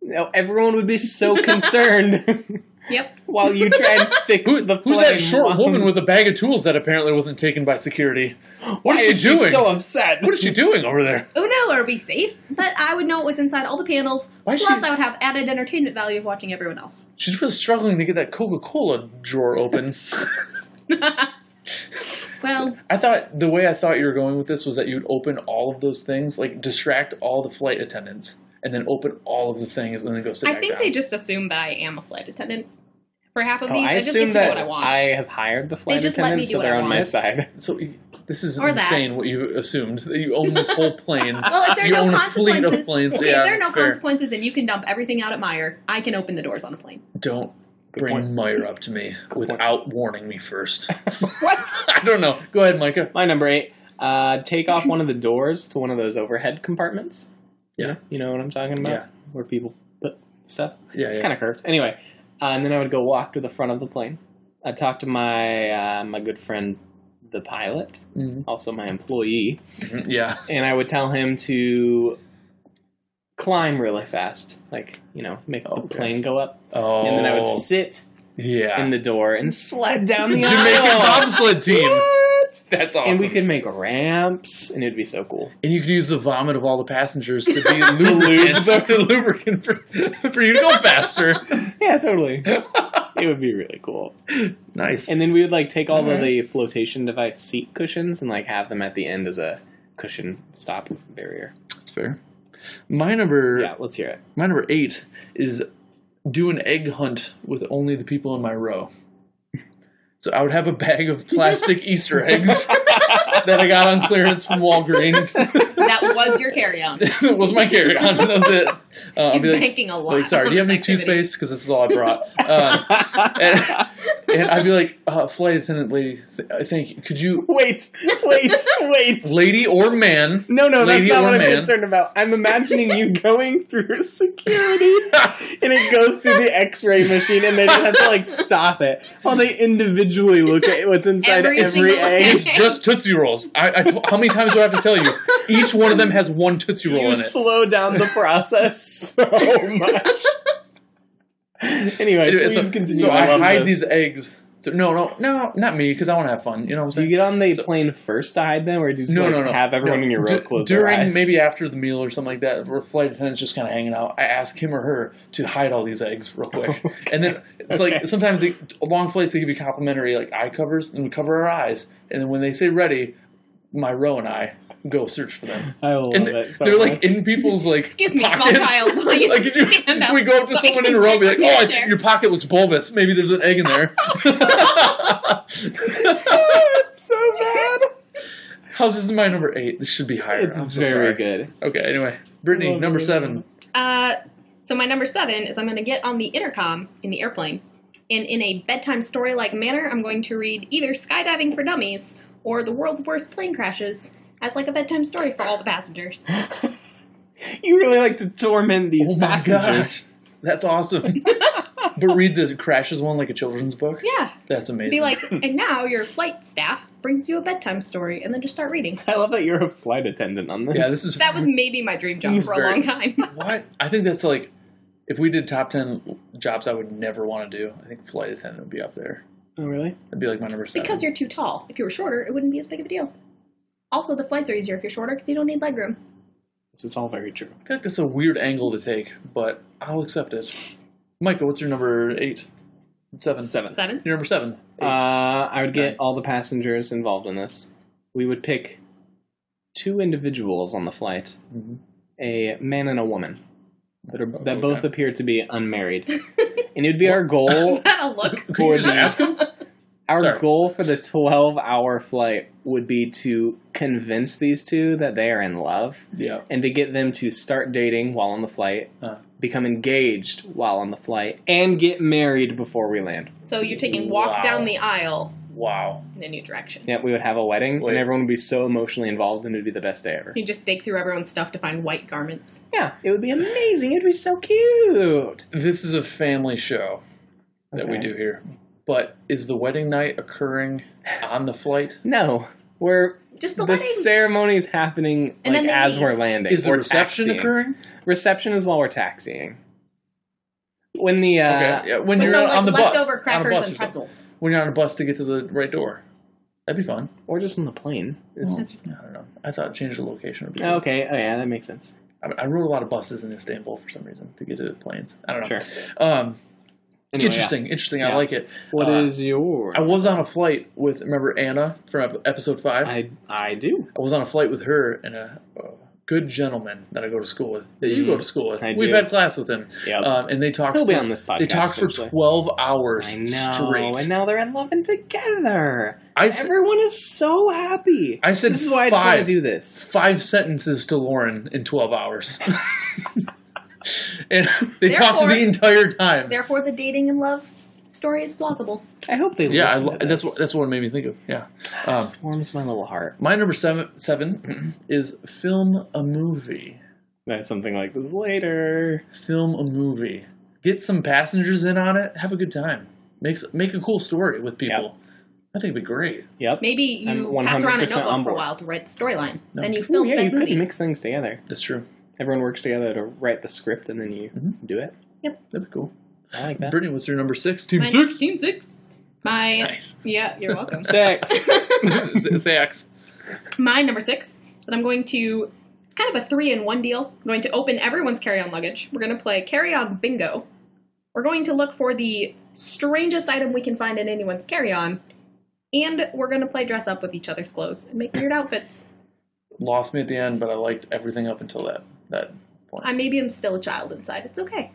S2: No, everyone would be so concerned
S4: Yep.
S2: while you try and fix
S3: Who,
S2: the.
S3: who's that
S2: plane.
S4: um,
S3: short woman with a bag of tools that apparently wasn't taken by security? What
S2: Why
S3: is she doing?
S2: So upset.
S3: what is she doing over there?
S4: Oh no, are we safe? But I would know what was inside all the panels.
S3: Why is
S4: Plus,
S3: she-
S4: I would have added entertainment value of watching everyone else.
S3: She's really struggling to get that Coca Cola drawer open.
S4: Well,
S3: I thought the way I thought you were going with this was that you'd open all of those things, like distract all the flight attendants, and then open all of the things, and then go sit
S4: I
S3: back
S4: think
S3: down.
S4: they just assume that I am a flight attendant for half of
S2: Oh,
S4: these.
S2: I
S4: I, just
S2: assume
S4: get to know
S2: that
S4: what I want.
S2: have hired the flight
S4: just let me
S2: attendants,
S4: do
S2: so
S4: what I
S2: they're on my
S4: want.
S2: side.
S3: so you- this is
S4: Or that.
S3: insane. What you assumed that you own this whole plane.
S4: well, if there are
S3: you
S4: no
S3: own a
S4: consequences,
S3: fleet of planes.
S4: okay,
S3: yeah,
S4: if there are no
S3: that's fair.
S4: consequences, and you can dump everything out at Meyer, I can open the doors on a plane.
S3: Don't
S2: Good
S3: bring
S2: point.
S3: Meyer up to me
S2: point.
S3: without warning me first.
S2: what?
S3: I don't know. Go ahead, Micah.
S2: My number eight. Uh, take off one of the doors to one of those overhead compartments. You
S3: Yeah.
S2: know, you know what I'm talking about?
S3: Yeah.
S2: Where people put stuff.
S3: Yeah,
S2: It's
S3: yeah.
S2: kind of curved. Anyway, uh, and then I would go walk to the front of the plane. I'd talk to my uh, my good friend, the pilot,
S3: Mhm.
S2: also my employee,
S3: Mhm, Yeah.
S2: and I would tell him to climb really fast, like you know, make the
S3: Okay.
S2: plane go up,
S3: Oh.
S2: and then I would sit
S3: yeah.
S2: in the door and sled down the
S3: Jamaican
S2: aisle.
S3: bobsled team.
S2: What?
S3: That's awesome.
S2: And we could make ramps, and it'd be so cool.
S3: And you could use the vomit of all the passengers to be
S2: lube.
S3: lubricant, to lubricant for, for you to go faster.
S2: Yeah, totally. it would be really cool.
S3: nice.
S2: And then we would like take all
S3: Alright.
S2: of the flotation device seat cushions and like have them at the end as a cushion stop barrier.
S3: That's fair. My number,
S2: Yeah, let's hear it.
S3: my number eight is do an egg hunt with only the people in my row. So I would have a bag of plastic Easter eggs that I got on clearance from Walgreens.
S4: That was your carry-on.
S3: that was my carry-on. That was it. Uh, I'll
S4: He's
S3: be like,
S4: banking a lot.
S3: like, sorry, do you
S4: on
S3: have any
S4: this activity.
S3: toothpaste? Because this is all I brought. Um, and, and I'd be like, uh, flight attendant lady, th- uh, thank you. Could you,
S2: wait, wait, wait.
S3: lady or man?
S2: No, no, that's
S3: Lady
S2: not
S3: or
S2: what I'm
S3: man?
S2: concerned about. I'm imagining you going through security and it goes through the x ray machine and they just have to like stop it while they individually look at what's inside
S4: Every
S2: every,
S4: single
S2: egg.
S4: egg.
S3: Just Tootsie Rolls. I, I, how many times do I have to tell you? Each one of them has one Tootsie Roll
S2: You
S3: in it.
S2: slow down the process so much. anyway,
S3: Anyway,
S2: please
S3: so,
S2: continue.
S3: so
S2: I,
S3: I,
S2: love
S3: hide
S2: this.
S3: these eggs. to- no, no, no, not me, because I want to have fun. You know what I'm
S2: Do
S3: saying?
S2: you get on the plane first to hide them, or do you just
S3: no,
S2: like,
S3: no, no.
S2: have everyone
S3: No.
S2: in your row
S3: Du-
S2: close
S3: during
S2: their eyes?
S3: maybe after the meal or something like that, where flight attendants just kind of hanging out. I ask him or her to hide all these eggs real quick, and then it's
S2: Okay.
S3: like sometimes the long flights they give you complimentary like eye covers, and we cover our eyes, and then when they say ready, my row and I go search for them.
S2: I love
S3: And
S2: it. So
S3: they're
S2: much.
S3: like in people's like
S4: Excuse me, small
S3: pockets.
S4: child. Will you
S3: like, could you,
S4: stand up
S3: we go up to
S4: so I
S3: someone
S4: can
S3: in a row and be like,
S4: sit in
S3: "Oh,
S4: your
S3: I
S4: chair?"
S3: think your pocket looks bulbous. Maybe there's an egg in there."
S2: so bad.
S3: How's this my number eight? This should be higher.
S2: It's
S3: I'm so
S2: very
S3: sorry.
S2: good.
S3: Okay, anyway, Brittany,
S2: Love
S3: number
S2: Brittany.
S3: seven.
S4: Uh, so my number seven is I'm going to get on the intercom in the airplane, and in a bedtime story-like manner, I'm going to read either Skydiving for Dummies or The World's Worst Plane Crashes as like a bedtime story for all the passengers.
S2: You really like to torment these
S3: Oh my
S2: passengers.
S3: gosh, that's awesome. but read the crashes one like a children's book.
S4: Yeah,
S3: That's amazing.
S4: be like, and now your flight staff brings you a bedtime story, and then just start reading.
S2: I love that you're a flight attendant on this.
S3: yeah, this is
S4: That was maybe my dream job
S3: He's
S4: for a
S3: very-
S4: long time.
S3: what I think that's like. If we did top ten jobs, I would never want to do. I think flight attendant would be up there.
S2: Oh, really?
S3: That'd be like my number seven.
S4: Because you're too tall. If you were shorter, it wouldn't be as big of a deal. Also, the flights are easier if you're shorter because you don't need legroom.
S2: This is all very true.
S3: I feel like that's a weird angle to take, but I'll accept it. Michael, what's your number eight? Seven.
S2: Seven.
S4: Seven.
S3: Your number seven.
S2: Uh, I would get all the passengers involved in this. We would pick two individuals on the flight,
S3: Mhm.
S2: a man and a woman, that are that
S3: Oh, Okay.
S2: both appear to be unmarried, and it would be our goal.
S4: Is that a look?
S3: Could you just
S2: Gordon.
S3: ask him?
S2: Our
S3: Sorry.
S2: goal for the 12 hour flight would be to convince these two that they are in love
S3: Yeah. Uh,
S2: and to get them to start dating while on the flight,
S3: Huh.
S2: become engaged while on the flight, and get married before we land.
S4: So you're taking
S3: Wow.
S4: walk down the aisle
S3: Wow.
S4: in a new direction.
S2: Yeah, we would have a wedding
S3: Wait.
S2: and everyone would be so emotionally involved and it would be the best day ever.
S4: You just dig through everyone's stuff to find white garments.
S2: Yeah, it would be amazing. It would be so cute.
S3: This is a family show that we
S2: Okay.
S3: do here, but is the wedding night occurring on the flight?
S2: No, we're.
S4: Just the
S2: The,
S4: wedding.
S2: ceremony is happening
S4: And
S2: like
S4: then they
S2: as
S4: leave.
S2: we're landing.
S3: Is the
S2: We're
S3: reception
S2: taxiing.
S3: occurring?
S2: Reception is while we're taxiing. When the uh,
S3: okay. Yeah. When
S4: With
S3: you're
S4: the, like,
S3: on the bus,
S4: leftover
S3: on a
S4: crackers
S3: bus
S4: and
S3: or something.
S4: pretzels.
S3: When you're on a bus to get to the right door, that'd be fun.
S2: or just on the plane. Is-
S4: That's-
S3: I don't know. I thought change the location would be. good.
S2: Okay, oh yeah, that makes sense.
S3: I, I rode a lot of buses in Istanbul for some reason to get to the planes. I don't know.
S2: Sure.
S3: Um,
S2: Anyway,
S3: interesting, interesting.
S2: Yeah.
S3: I like it.
S2: What
S3: Uh,
S2: is your?
S3: I was on a flight with remember Anna from ep- episode five. I,
S2: I I do.
S3: was on a flight with her and a, a good gentleman that I go to school with. That you
S2: Mm.
S3: go to school with.
S2: I
S3: We've
S2: do.
S3: had class with him.
S2: Yep.
S3: Um, and they talked.
S2: He'll
S3: for,
S2: be on this podcast.
S3: They talked for
S2: eventually.
S3: twelve hours
S2: I know,
S3: straight.
S2: and now they're in love and together.
S3: I s-
S2: Everyone is so happy.
S3: I said
S2: this is why I try to
S3: five.
S2: do this.
S3: five sentences to Lauren in twelve hours. and they talked
S4: Therefore-
S3: the entire time.
S4: Therefore, the dating and love story is plausible.
S2: I hope they.
S3: Yeah, I,
S2: listen
S3: lo-
S2: to
S3: that's
S2: this.
S3: what that's what it made me think of. Yeah. Um,
S2: Just warms my little heart.
S3: my number seven seven is film a movie.
S2: That's something like this later.
S3: Film a movie. Get some passengers in on it. Have a good time. Makes make a cool story with people. I think it'd be great.
S2: Yep.
S4: Maybe you
S2: I'm
S4: pass around a
S2: 100% on
S4: notebook for a
S2: board.
S4: while to write the storyline.
S3: No.
S4: Then you
S2: Ooh,
S4: film
S2: yeah, you
S4: said
S2: could
S4: movie.
S2: mix things together.
S3: That's true.
S2: Everyone works together to write the script, and then you
S3: Mm-hmm.
S2: do it.
S3: That'd be cool.
S2: I like that.
S3: Brittany, what's your number six? Team
S4: My-
S3: six.
S4: Team six. My
S3: Nice.
S4: yeah, you're welcome.
S2: Sex.
S3: Six.
S4: my number six that I'm going to. It's kind of a three in one deal. I'm going to open everyone's carry on luggage. We're going to play carry on bingo. We're going to look for the strangest item we can find in anyone's carry on. And we're going to play dress up with each other's clothes and make weird outfits.
S3: Lost me at the end, but I liked everything up until that that point.
S4: I maybe am still a child inside. It's okay.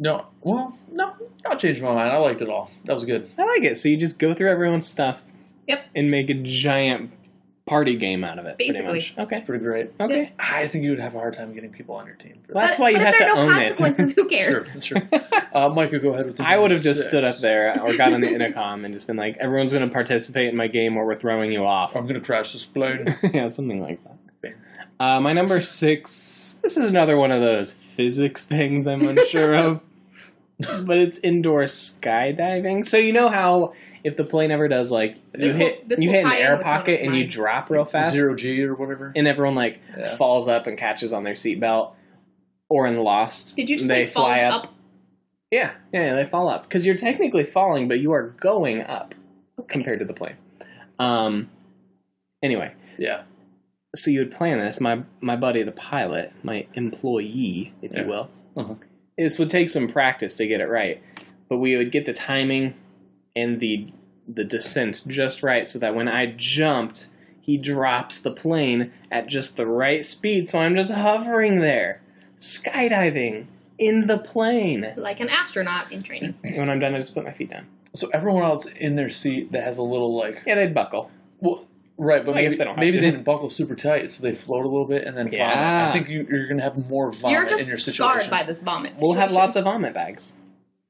S3: No, well, no, I'll change my mind. I liked it all. That was good.
S2: I like it. So you just go through everyone's stuff.
S4: Yep.
S2: And make a giant party game out of it. pretty
S4: Basically.
S2: much. Okay.
S3: Pretty great.
S2: Okay.
S4: Yeah.
S3: I think you would have a hard time getting people on your team. For
S2: Well,
S3: that.
S2: That's why you
S4: but
S2: have
S4: if there
S2: to
S4: are no
S2: own it.
S4: consequences, who cares?
S3: Sure, sure. Uh, Micah, go ahead with. the
S2: I would have
S3: number
S2: just
S3: six.
S2: stood up there or got on the intercom and just been like, "Everyone's going to participate in my game, or we're throwing you off."
S3: I'm gonna crash this plane.
S2: yeah, something like that. Uh, my number six. This is another one of those physics things I'm unsure of, but it's indoor skydiving. So you know how if the plane ever does like you
S4: This will-
S2: hit
S4: this
S2: you
S4: will
S2: hit an
S4: tie in
S2: air
S4: with one of
S2: pocket and you
S4: mine.
S2: drop real fast,
S3: Zero G or whatever.
S2: and everyone like
S3: Yeah.
S2: falls up and catches on their seatbelt. Or in Lost,
S4: Did you just
S2: they
S4: like fall
S2: fly
S4: up?
S2: Yeah, yeah, they fall up because you're technically falling, but you are going up compared to the plane. Um. Anyway,
S3: Yeah.
S2: so you would plan this. My my buddy, the pilot, my employee, if
S3: Yeah.
S2: you will,
S3: Uh-huh.
S2: this would take some practice to get it right. But we would get the timing and the the descent just right, so that when I jumped, he drops the plane at just the right speed. So I'm just hovering there, skydiving in the plane.
S4: Like an astronaut in training.
S2: When I'm done, I just put my feet down.
S3: So everyone else in their seat that has a little like
S2: Yeah, they'd buckle.
S3: Well, right, but
S2: I
S3: maybe,
S2: guess they don't have
S3: maybe
S2: to.
S3: they didn't buckle super tight, so they float a little bit and then vomit.
S2: Yeah.
S3: I think you, you're going to have more vomit
S4: You're just
S3: in your situation.
S4: scarred by this vomit.
S2: We'll have
S4: situation.
S2: lots of vomit bags,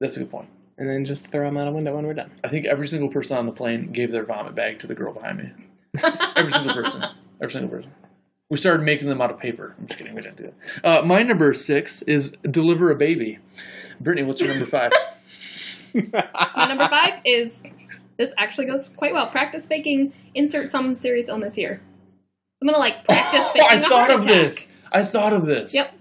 S3: That's a good point.
S2: and then just throw them out a window when we're done.
S3: I think every single person on the plane gave their vomit bag to the girl behind me. Every single person. Every single person. We started making them out of paper. I'm just kidding. We didn't do that. Uh, my number six is deliver a baby. Brittany, what's your number five?
S4: My number five is this actually goes quite well. Practice faking. Insert some serious illness here. I'm gonna like practice
S3: Oh,
S4: faking.
S3: I
S4: a
S3: thought
S4: heart
S3: of
S4: attack.
S3: this. I thought of this.
S4: Yep.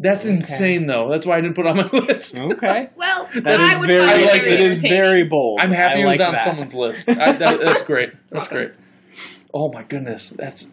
S3: That's insane, though. That's why I didn't put it on my list.
S2: Okay,
S4: Well,
S2: that
S4: I
S2: is
S4: would
S2: very
S4: find
S3: I
S4: it
S3: like
S4: very
S2: it is
S4: entertaining.
S2: very bold.
S3: I'm happy
S2: I
S3: it was
S2: like
S3: on
S2: that.
S3: someone's list. I, that, that's great. That's great.
S4: Welcome.
S3: Oh my goodness, that's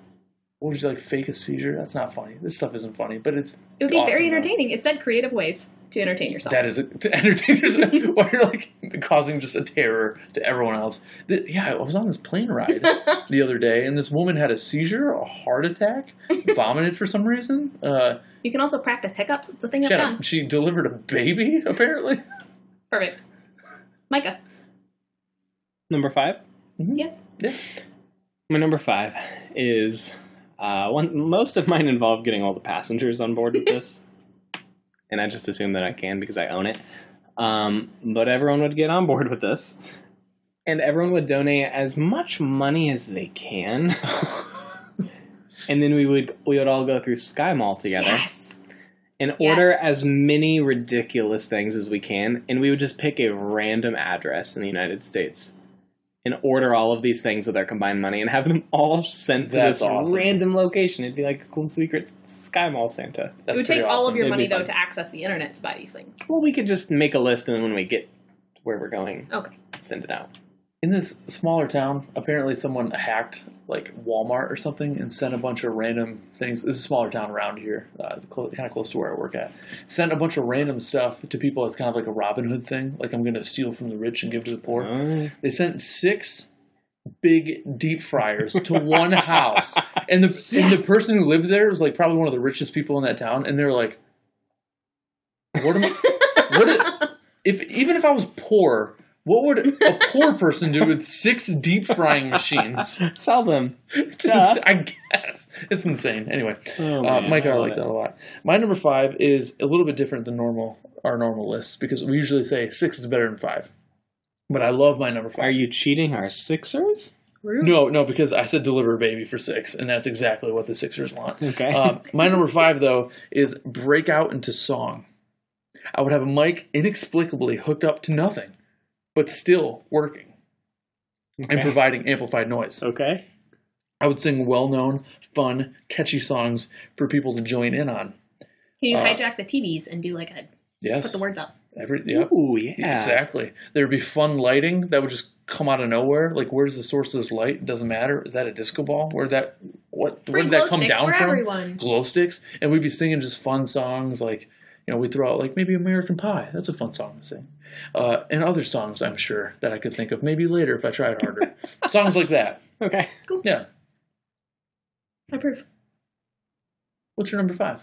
S3: what would you like? Fake a seizure? That's not funny. This stuff isn't funny, but it's
S4: It would be
S3: awesome,
S4: very
S3: though.
S4: entertaining. It said creative ways to entertain yourself.
S3: That is a, to entertain yourself while you're like causing just a terror to everyone else. The- yeah, I was on this plane ride the other day, and this woman had a seizure, a heart attack, vomited for some reason. Uh,
S4: you can also practice hiccups. It's a thing
S3: she,
S4: I've
S3: had a-
S4: done.
S3: she delivered a baby, apparently.
S4: Perfect. Micah,
S2: Number five.
S3: Mm-hmm.
S4: yes.
S2: My number five is uh, one. Most of mine involve getting all the passengers on board with this, and I just assume that I can because I own it. Um, but everyone would get on board with this, and everyone would donate as much money as they can, and then we would we would all go through Sky Mall together.
S4: Yes.
S2: and
S4: Yes.
S2: order as many ridiculous things as we can and we would just pick a random address in the united states and order all of these things with our combined money and have them all sent to
S3: That's
S2: this
S3: awesome.
S2: random location it'd be like a cool secret sky mall santa
S4: It
S3: That's
S4: would
S3: pretty
S4: take all of
S3: awesome.
S4: your
S2: It'd
S4: money
S2: be
S4: though
S2: fun.
S4: to access the internet to buy these things.
S2: well we could just make a list and then when we get to where we're going
S4: Okay.
S2: send it out
S3: in this smaller town, apparently someone hacked like Walmart or something and sent a bunch of random things. This is a smaller town around here, uh, kind of close to where I work at. Sent a bunch of random stuff to people as kind of like a Robin Hood thing, like I'm going to steal from the rich and give to the poor. They sent six big deep fryers to one house, and the and the person who lived there was like probably one of the richest people in that town, and they were like, "What am I? What i- if even if I was poor?" What would a poor person do with six deep frying machines?
S2: sell them
S3: It's
S2: Duh.
S3: ins- I guess it's insane. Anyway,
S2: oh,
S3: uh,
S2: man,
S3: Mike, I
S2: love
S3: like
S2: it.
S3: that a lot. My number five is a little bit different than normal our normal lists because we usually say six is better than five, but I love my number five.
S2: are you cheating our sixers
S4: Rude.
S3: No, no, because I said deliver a baby for six, and that's exactly what the Sixers want.
S2: okay
S3: Um, my number five, though, is break out into song. I would have a mic inexplicably hooked up to nothing, but still working and
S2: Okay.
S3: providing amplified noise.
S2: okay
S3: I would sing well known, fun, catchy songs for people to join in on.
S4: Can you
S3: uh,
S4: hijack the TVs and do like a put
S3: Yes.
S4: the words up?
S3: Every, yeah.
S2: Ooh, yeah
S3: Exactly. There'd be fun lighting that would just come out of nowhere. Like, where's the source of this light? doesn't matter. Is that a disco ball? Where'd that what?
S4: Free
S3: Where'd
S4: glow
S3: that come
S4: sticks
S3: down
S4: for
S3: from?
S4: everyone.
S3: glow sticks, and we'd be singing just fun songs like you know we throw out like maybe American Pie. That's a fun song to sing, uh, and other songs I'm sure that I could think of maybe later if I tried harder. songs like that.
S2: okay
S3: Yeah.
S4: I approve.
S3: What's your number five?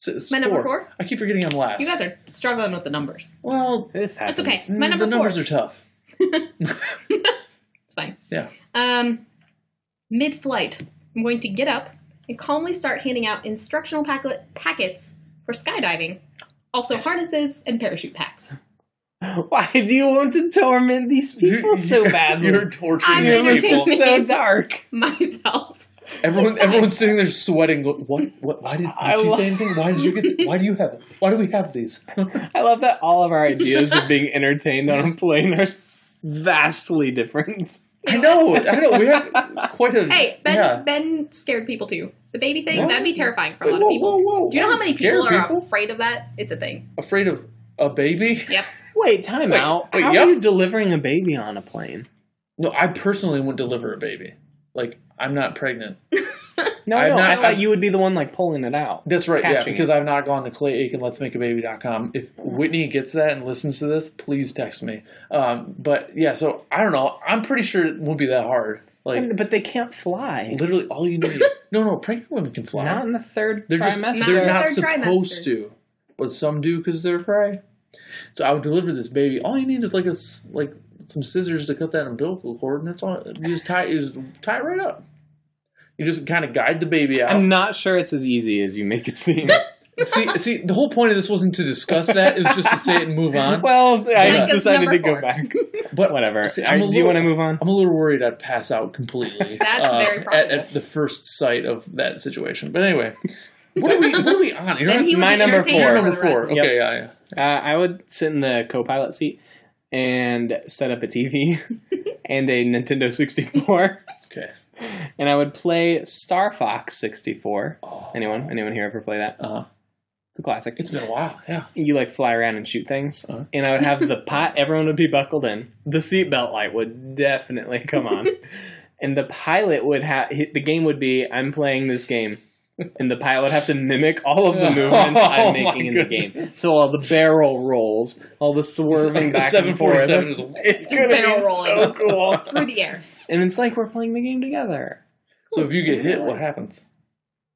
S3: So it's
S4: My number four.
S3: I keep forgetting I'm last.
S4: You guys are struggling with the numbers.
S3: Well,
S2: This happens.
S4: That's okay.
S3: mm,
S4: My number
S3: the
S4: four.
S3: numbers are tough.
S4: It's fine.
S3: Yeah.
S4: Um, Mid flight, I'm going to get up and calmly start handing out instructional packet- packets for skydiving, also harnesses and parachute packs.
S2: Why do you want to torment these people so badly?
S3: You're
S4: I'm
S3: torturing
S2: Your
S3: these
S2: list
S4: entertaining.
S2: is
S3: people.
S2: so dark.
S4: Myself.
S3: Everyone, everyone's sitting there sweating. go- What? What? Why did, did
S2: I
S3: she
S2: love-
S3: say anything? Why did you get? Why do you have? Why do we have these?
S2: I love that all of our ideas of being entertained on a plane are s- vastly different.
S3: I know. I know. We have quite a.
S4: Hey, Ben,
S3: Yeah.
S4: ben scared people too. The baby thing,
S3: What?
S4: that'd be terrifying for a
S3: Whoa,
S4: lot of people.
S3: whoa, whoa!
S4: Do you know
S3: I
S4: how many
S3: scare
S4: people are
S3: people?
S4: afraid of that? It's a thing.
S3: afraid of a baby?
S4: Yep.
S2: Wait, time
S3: Wait,
S2: out.
S3: wait,
S2: How
S3: yeah.
S2: are you delivering a baby on a plane?
S3: No, I personally wouldn't deliver a baby. Like I'm not pregnant.
S2: No,
S3: I've
S2: no,
S3: not-
S2: I thought you would be the one like pulling it out.
S3: That's right. Yeah,
S2: Catching
S3: because I've not gone to Clay Aiken Let's Make a Baby.com. If Whitney gets that and listens to this, please text me. Um, but yeah, so I don't know. I'm pretty sure it won't be that hard. Like
S2: But they can't fly.
S3: literally, all you need. no, no, pregnant women can fly.
S2: Not in the third
S3: They're just
S2: trimester.
S4: Not in
S3: they're
S4: the
S3: not
S4: third
S3: supposed
S4: trimester.
S3: to, but some do because they're afraid. So I would deliver this baby. All you need is like a s- like some scissors to cut that umbilical cord, and that's all. You just tie you just tie it right up. You just kind of guide the baby out.
S2: I'm not sure it's as easy as you make it seem.
S3: see, see, the whole point of this wasn't to discuss that; it was just to say it and move on.
S2: well, I
S4: Jacob's
S2: decided to
S4: number
S2: go
S4: four.
S2: back.
S3: But
S2: Whatever.
S3: See,
S2: I-
S3: I'm a
S2: do you
S3: little-
S2: want to move on?
S3: I'm a little worried I'd pass out completely. uh,
S4: That's very
S3: at,
S4: probable.
S3: at the first sight of that situation. But anyway, what are we? What are we on? You're
S4: Then
S3: on-
S4: he would
S2: my
S4: be
S2: number
S4: entertained
S2: four.
S4: for
S3: number
S4: the
S3: four.
S4: rest.
S3: Okay,
S2: Yep.
S3: yeah, yeah.
S2: Uh, I would sit in the co-pilot seat and set up a TV and a Nintendo 64,
S3: Okay.
S2: and I would play Star Fox 64.
S3: Oh,
S2: Anyone? Anyone here ever play that?
S3: uh,
S2: It's a classic.
S3: it's been a while. Yeah.
S2: you like fly around and shoot things,
S3: Uh-huh.
S2: and I would have the pot. Everyone would be buckled in. The seatbelt light would definitely come on, and the pilot would have the game would be I'm playing this game. And the pilot would have to mimic all of the movements
S3: Oh,
S2: I'm
S3: my
S2: making in the game. So all the barrel rolls, all the swerving back
S3: Seven
S2: and forth.
S3: forty-seven is
S2: It's
S4: Just
S2: gonna be
S4: barrel
S2: so
S4: rolling.
S2: cool.
S4: Through the air.
S2: And it's like we're playing the game together.
S3: So if you get hit, what happens?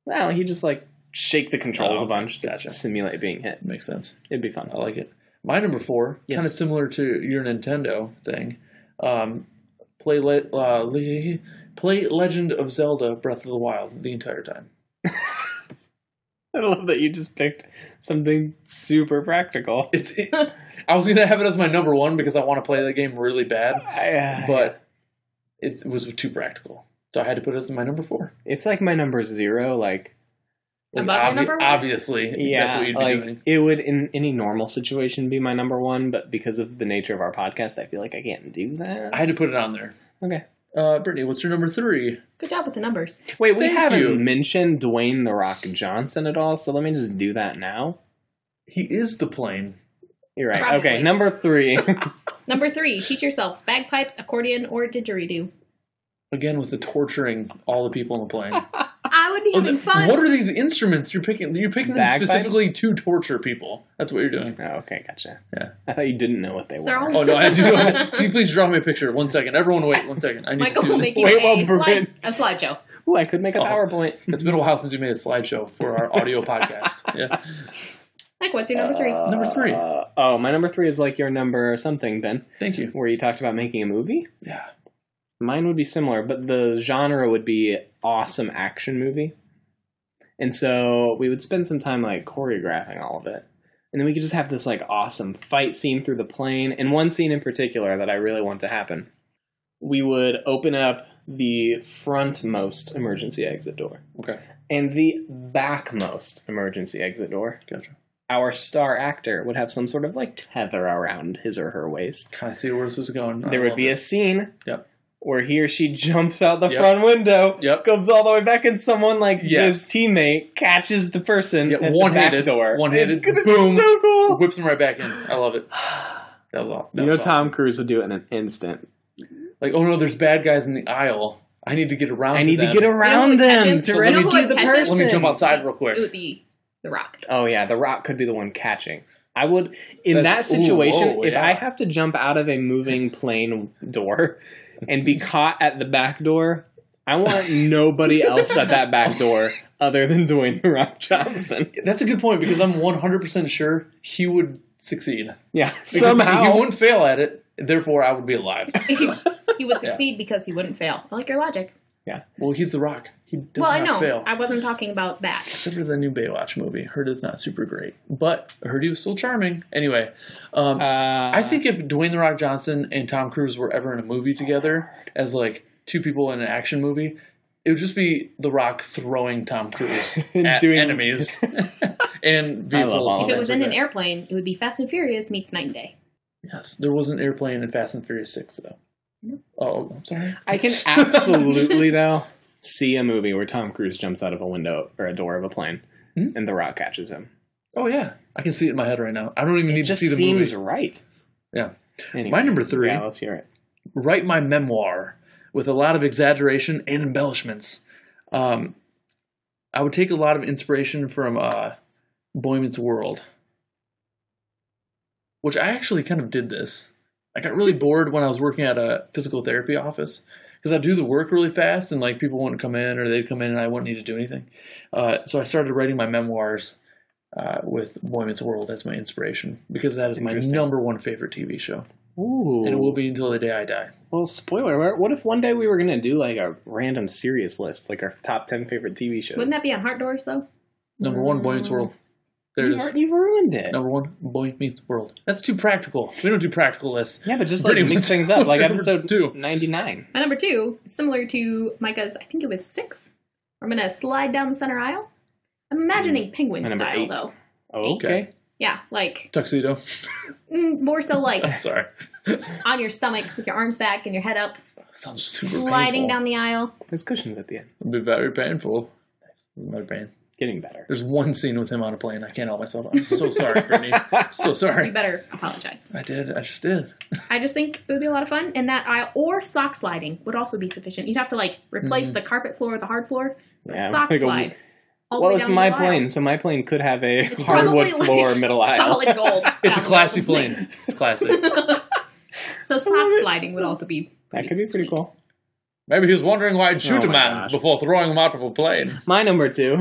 S2: No, you just like shake the controls
S3: Oh,
S2: a bunch to
S3: gotcha.
S2: simulate being hit.
S3: Makes sense.
S2: It'd be fun.
S3: I like it. My number four,
S2: Yes.
S3: kind of similar to your Nintendo thing. Um, play le- uh, le- play Legend of Zelda: Breath of the Wild the entire time.
S2: I love that you just picked something super practical.
S3: It's. It, I was gonna have it as my number one because I want to play the game really bad,
S2: I, uh,
S3: but it's, it was too practical, so I had to put it as my number four.
S2: it's like my number zero. Like,
S3: Like,
S4: Above your number one?
S3: Obviously,
S2: yeah,
S3: that's what you'd be
S2: like
S3: doing.
S2: it would in any normal situation be my number one, but because of the nature of our podcast, I feel like I can't do that.
S3: I had to put it on there.
S2: Okay.
S3: Uh, Brittany, what's your number three?
S4: Good job with the numbers.
S2: Wait, we
S3: Thank
S2: haven't
S3: you.
S2: mentioned Dwayne the Rock Johnson at all, so let me just do that now.
S3: He is the plane.
S2: You're right.
S4: Probably.
S2: Okay, number three. Oh,
S4: Number three, teach yourself bagpipes, accordion, or didgeridoo.
S3: Again with the torturing all the people on the plane.
S4: I would be
S3: Oh,
S4: having
S3: the-
S4: fun.
S3: What are these instruments you're picking? You're picking them
S2: Bagpipes?
S3: specifically to torture people. That's what you're doing.
S2: oh, okay, gotcha.
S3: Yeah.
S2: I thought you didn't know what they were.
S4: They're all-
S3: Oh no, I do. Can you please draw me a picture? One second, everyone, wait one second. I need
S4: Michael will
S3: to see.
S4: make you
S2: Wait,
S4: a,
S2: well,
S4: slide,
S2: Bryn-
S4: a slideshow.
S2: Ooh, I could make a
S3: Oh.
S2: PowerPoint.
S3: This. It's been a while since we made a slideshow for our audio podcast. Yeah,
S4: Like, what's your number three?
S2: Uh,
S3: Number three.
S2: oh, my number three is like your number something, Ben,
S3: thank you.
S2: where you talked about making a movie.
S3: Yeah,
S2: Mine would be similar, but the genre would be awesome action movie. And so we would spend some time like choreographing all of it. And then we could just have this like awesome fight scene through the plane. And one scene in particular that I really want to happen. We would open up the frontmost emergency exit door
S3: okay,
S2: and the backmost emergency exit door.
S3: gotcha.
S2: Our star actor would have some sort of like tether around his or her waist
S3: Kind of see where this is going. I
S2: there would
S3: love
S2: be
S3: it.
S2: a scene
S3: Oh, Yep.
S2: where he or she jumps out the
S3: Yep.
S2: front window,
S3: Yep.
S2: comes all the way back, and someone like
S3: Yes.
S2: his teammate catches the person
S3: Yeah,
S2: at the
S3: one-handed,
S2: back door.
S3: one-handed,
S2: It's gonna
S3: boom.
S2: be so cool.
S3: whips them right back in. I love it. That was awesome.
S2: you know, Tom Cruise would do it in an instant.
S3: Like, oh no, there's bad guys in the aisle. I need to get around.
S2: I need to
S3: them.
S2: get
S4: You
S2: around
S4: know who would catch
S2: them
S4: him?
S2: to
S4: So let
S2: rescue
S4: me- You know who would
S2: the
S4: catch him?
S2: person.
S3: Let me jump outside real
S4: It
S3: quick.
S4: would be The Rock.
S2: Oh yeah, The Rock could be the one catching. I would in
S3: That's-
S2: that
S3: ooh,
S2: situation
S3: whoa,
S2: if
S3: yeah.
S2: I have to jump out of a moving plane door and be caught at the back door. I want nobody else at that back door other than Dwayne The Rock Johnson.
S3: That's a good point because I'm 100% sure he would succeed.
S2: Yeah,
S3: Because
S2: somehow.
S3: He wouldn't fail at it, therefore I would be alive.
S4: he, he would succeed because he wouldn't fail. I like your logic.
S3: well, he's The Rock. He does
S4: well, I
S3: not
S4: know.
S3: fail.
S4: I wasn't talking about that.
S3: Except for the new Baywatch movie. Heard is not super great, but I heard he was still charming. Anyway, um,
S2: Uh,
S3: I think if Dwayne The Rock Johnson and Tom Cruise were ever in a movie together as like two people in an action movie, it would just be The Rock throwing Tom Cruise
S2: And
S3: at
S2: doing-
S3: enemies and
S2: I love
S3: vehicles.
S2: all of
S3: and
S4: If it
S3: things
S4: was
S3: like
S4: in an
S3: that.
S4: airplane, it would be Fast and Furious meets Night and Day.
S3: Yes, there was an airplane in Fast and Furious Six though. Oh, I'm sorry.
S2: I can absolutely though see a movie where Tom Cruise jumps out of a window or a door of a plane,
S3: Hmm?
S2: and The Rock catches him.
S3: Oh yeah, I can see it in my head right now. I don't even need
S2: it
S3: to
S2: just
S3: see the
S2: seems
S3: movie.
S2: right.
S3: Yeah.
S2: Anyway.
S3: My number three.
S2: Yeah, let's hear it.
S3: write my memoir with a lot of exaggeration and embellishments. Um, I would take a lot of inspiration from uh, Boyman's World, which I actually kind of did this. I got really bored when I was working at a physical therapy office because I'd do the work really fast and like people wouldn't come in or they'd come in and I wouldn't need to do anything. Uh, so I started writing my memoirs uh, with Boyman's World as my inspiration because that is my
S2: Interesting.
S3: number one favorite TV show
S2: Ooh.
S3: and it will be until the day I die.
S2: Well, spoiler alert. What if one day we were going to do like a random serious list, like our top 10 favorite TV shows?
S4: Wouldn't that be on Heart Doors though?
S3: Number one, Boy Meets World. There
S2: You
S3: it is.
S2: already ruined it.
S3: Number one, Boy Meets World. That's too practical. We don't do practical lists.
S2: Yeah, but just like
S3: Pretty
S2: mix
S3: much.
S2: things up, like
S3: Number
S2: episode
S3: two.
S2: 99.
S4: My number two, similar to Micah's, I think it was six. I'm gonna slide down the center aisle. I'm imagining
S3: Mm.
S4: penguin
S2: My number
S4: style
S2: eight.
S4: though.
S2: Oh, okay.
S3: Okay.
S4: Yeah, like
S3: Tuxedo.
S4: mm, more so like
S3: I'm sorry.
S4: on your stomach with your arms back and your head up,
S3: Sounds super
S4: sliding
S3: painful.
S4: down the aisle.
S2: There's cushions at the end.
S3: It'd be very painful. My brain.
S2: Getting better.
S3: There's one scene with him on a plane. I can't help myself. I'm so sorry, Brittany. so
S4: You
S3: sorry.
S4: better apologize.
S3: I did. I just did.
S4: I just think it would be a lot of fun, and that aisle or sock sliding would also be sufficient. You'd have to like replace the carpet floor with the hard floor. but
S2: Yeah,
S4: sock
S2: like a-
S4: slide. all the
S2: Well,
S4: way
S2: it's
S4: down
S2: my
S4: the aisle.
S2: plane, so my plane could have a
S4: It's
S2: hardwood
S4: probably, like,
S2: floor middle aisle.
S4: Solid gold.
S3: It's a
S4: down
S3: classy
S4: the
S3: plane. It's classy.
S4: So sock sliding would also be
S2: That could be pretty
S4: sweet.
S2: cool.
S3: Maybe he was wondering why I'd shoot
S2: Oh
S3: a
S2: my
S3: man
S2: gosh.
S3: before throwing him out of a plane.
S2: My number two.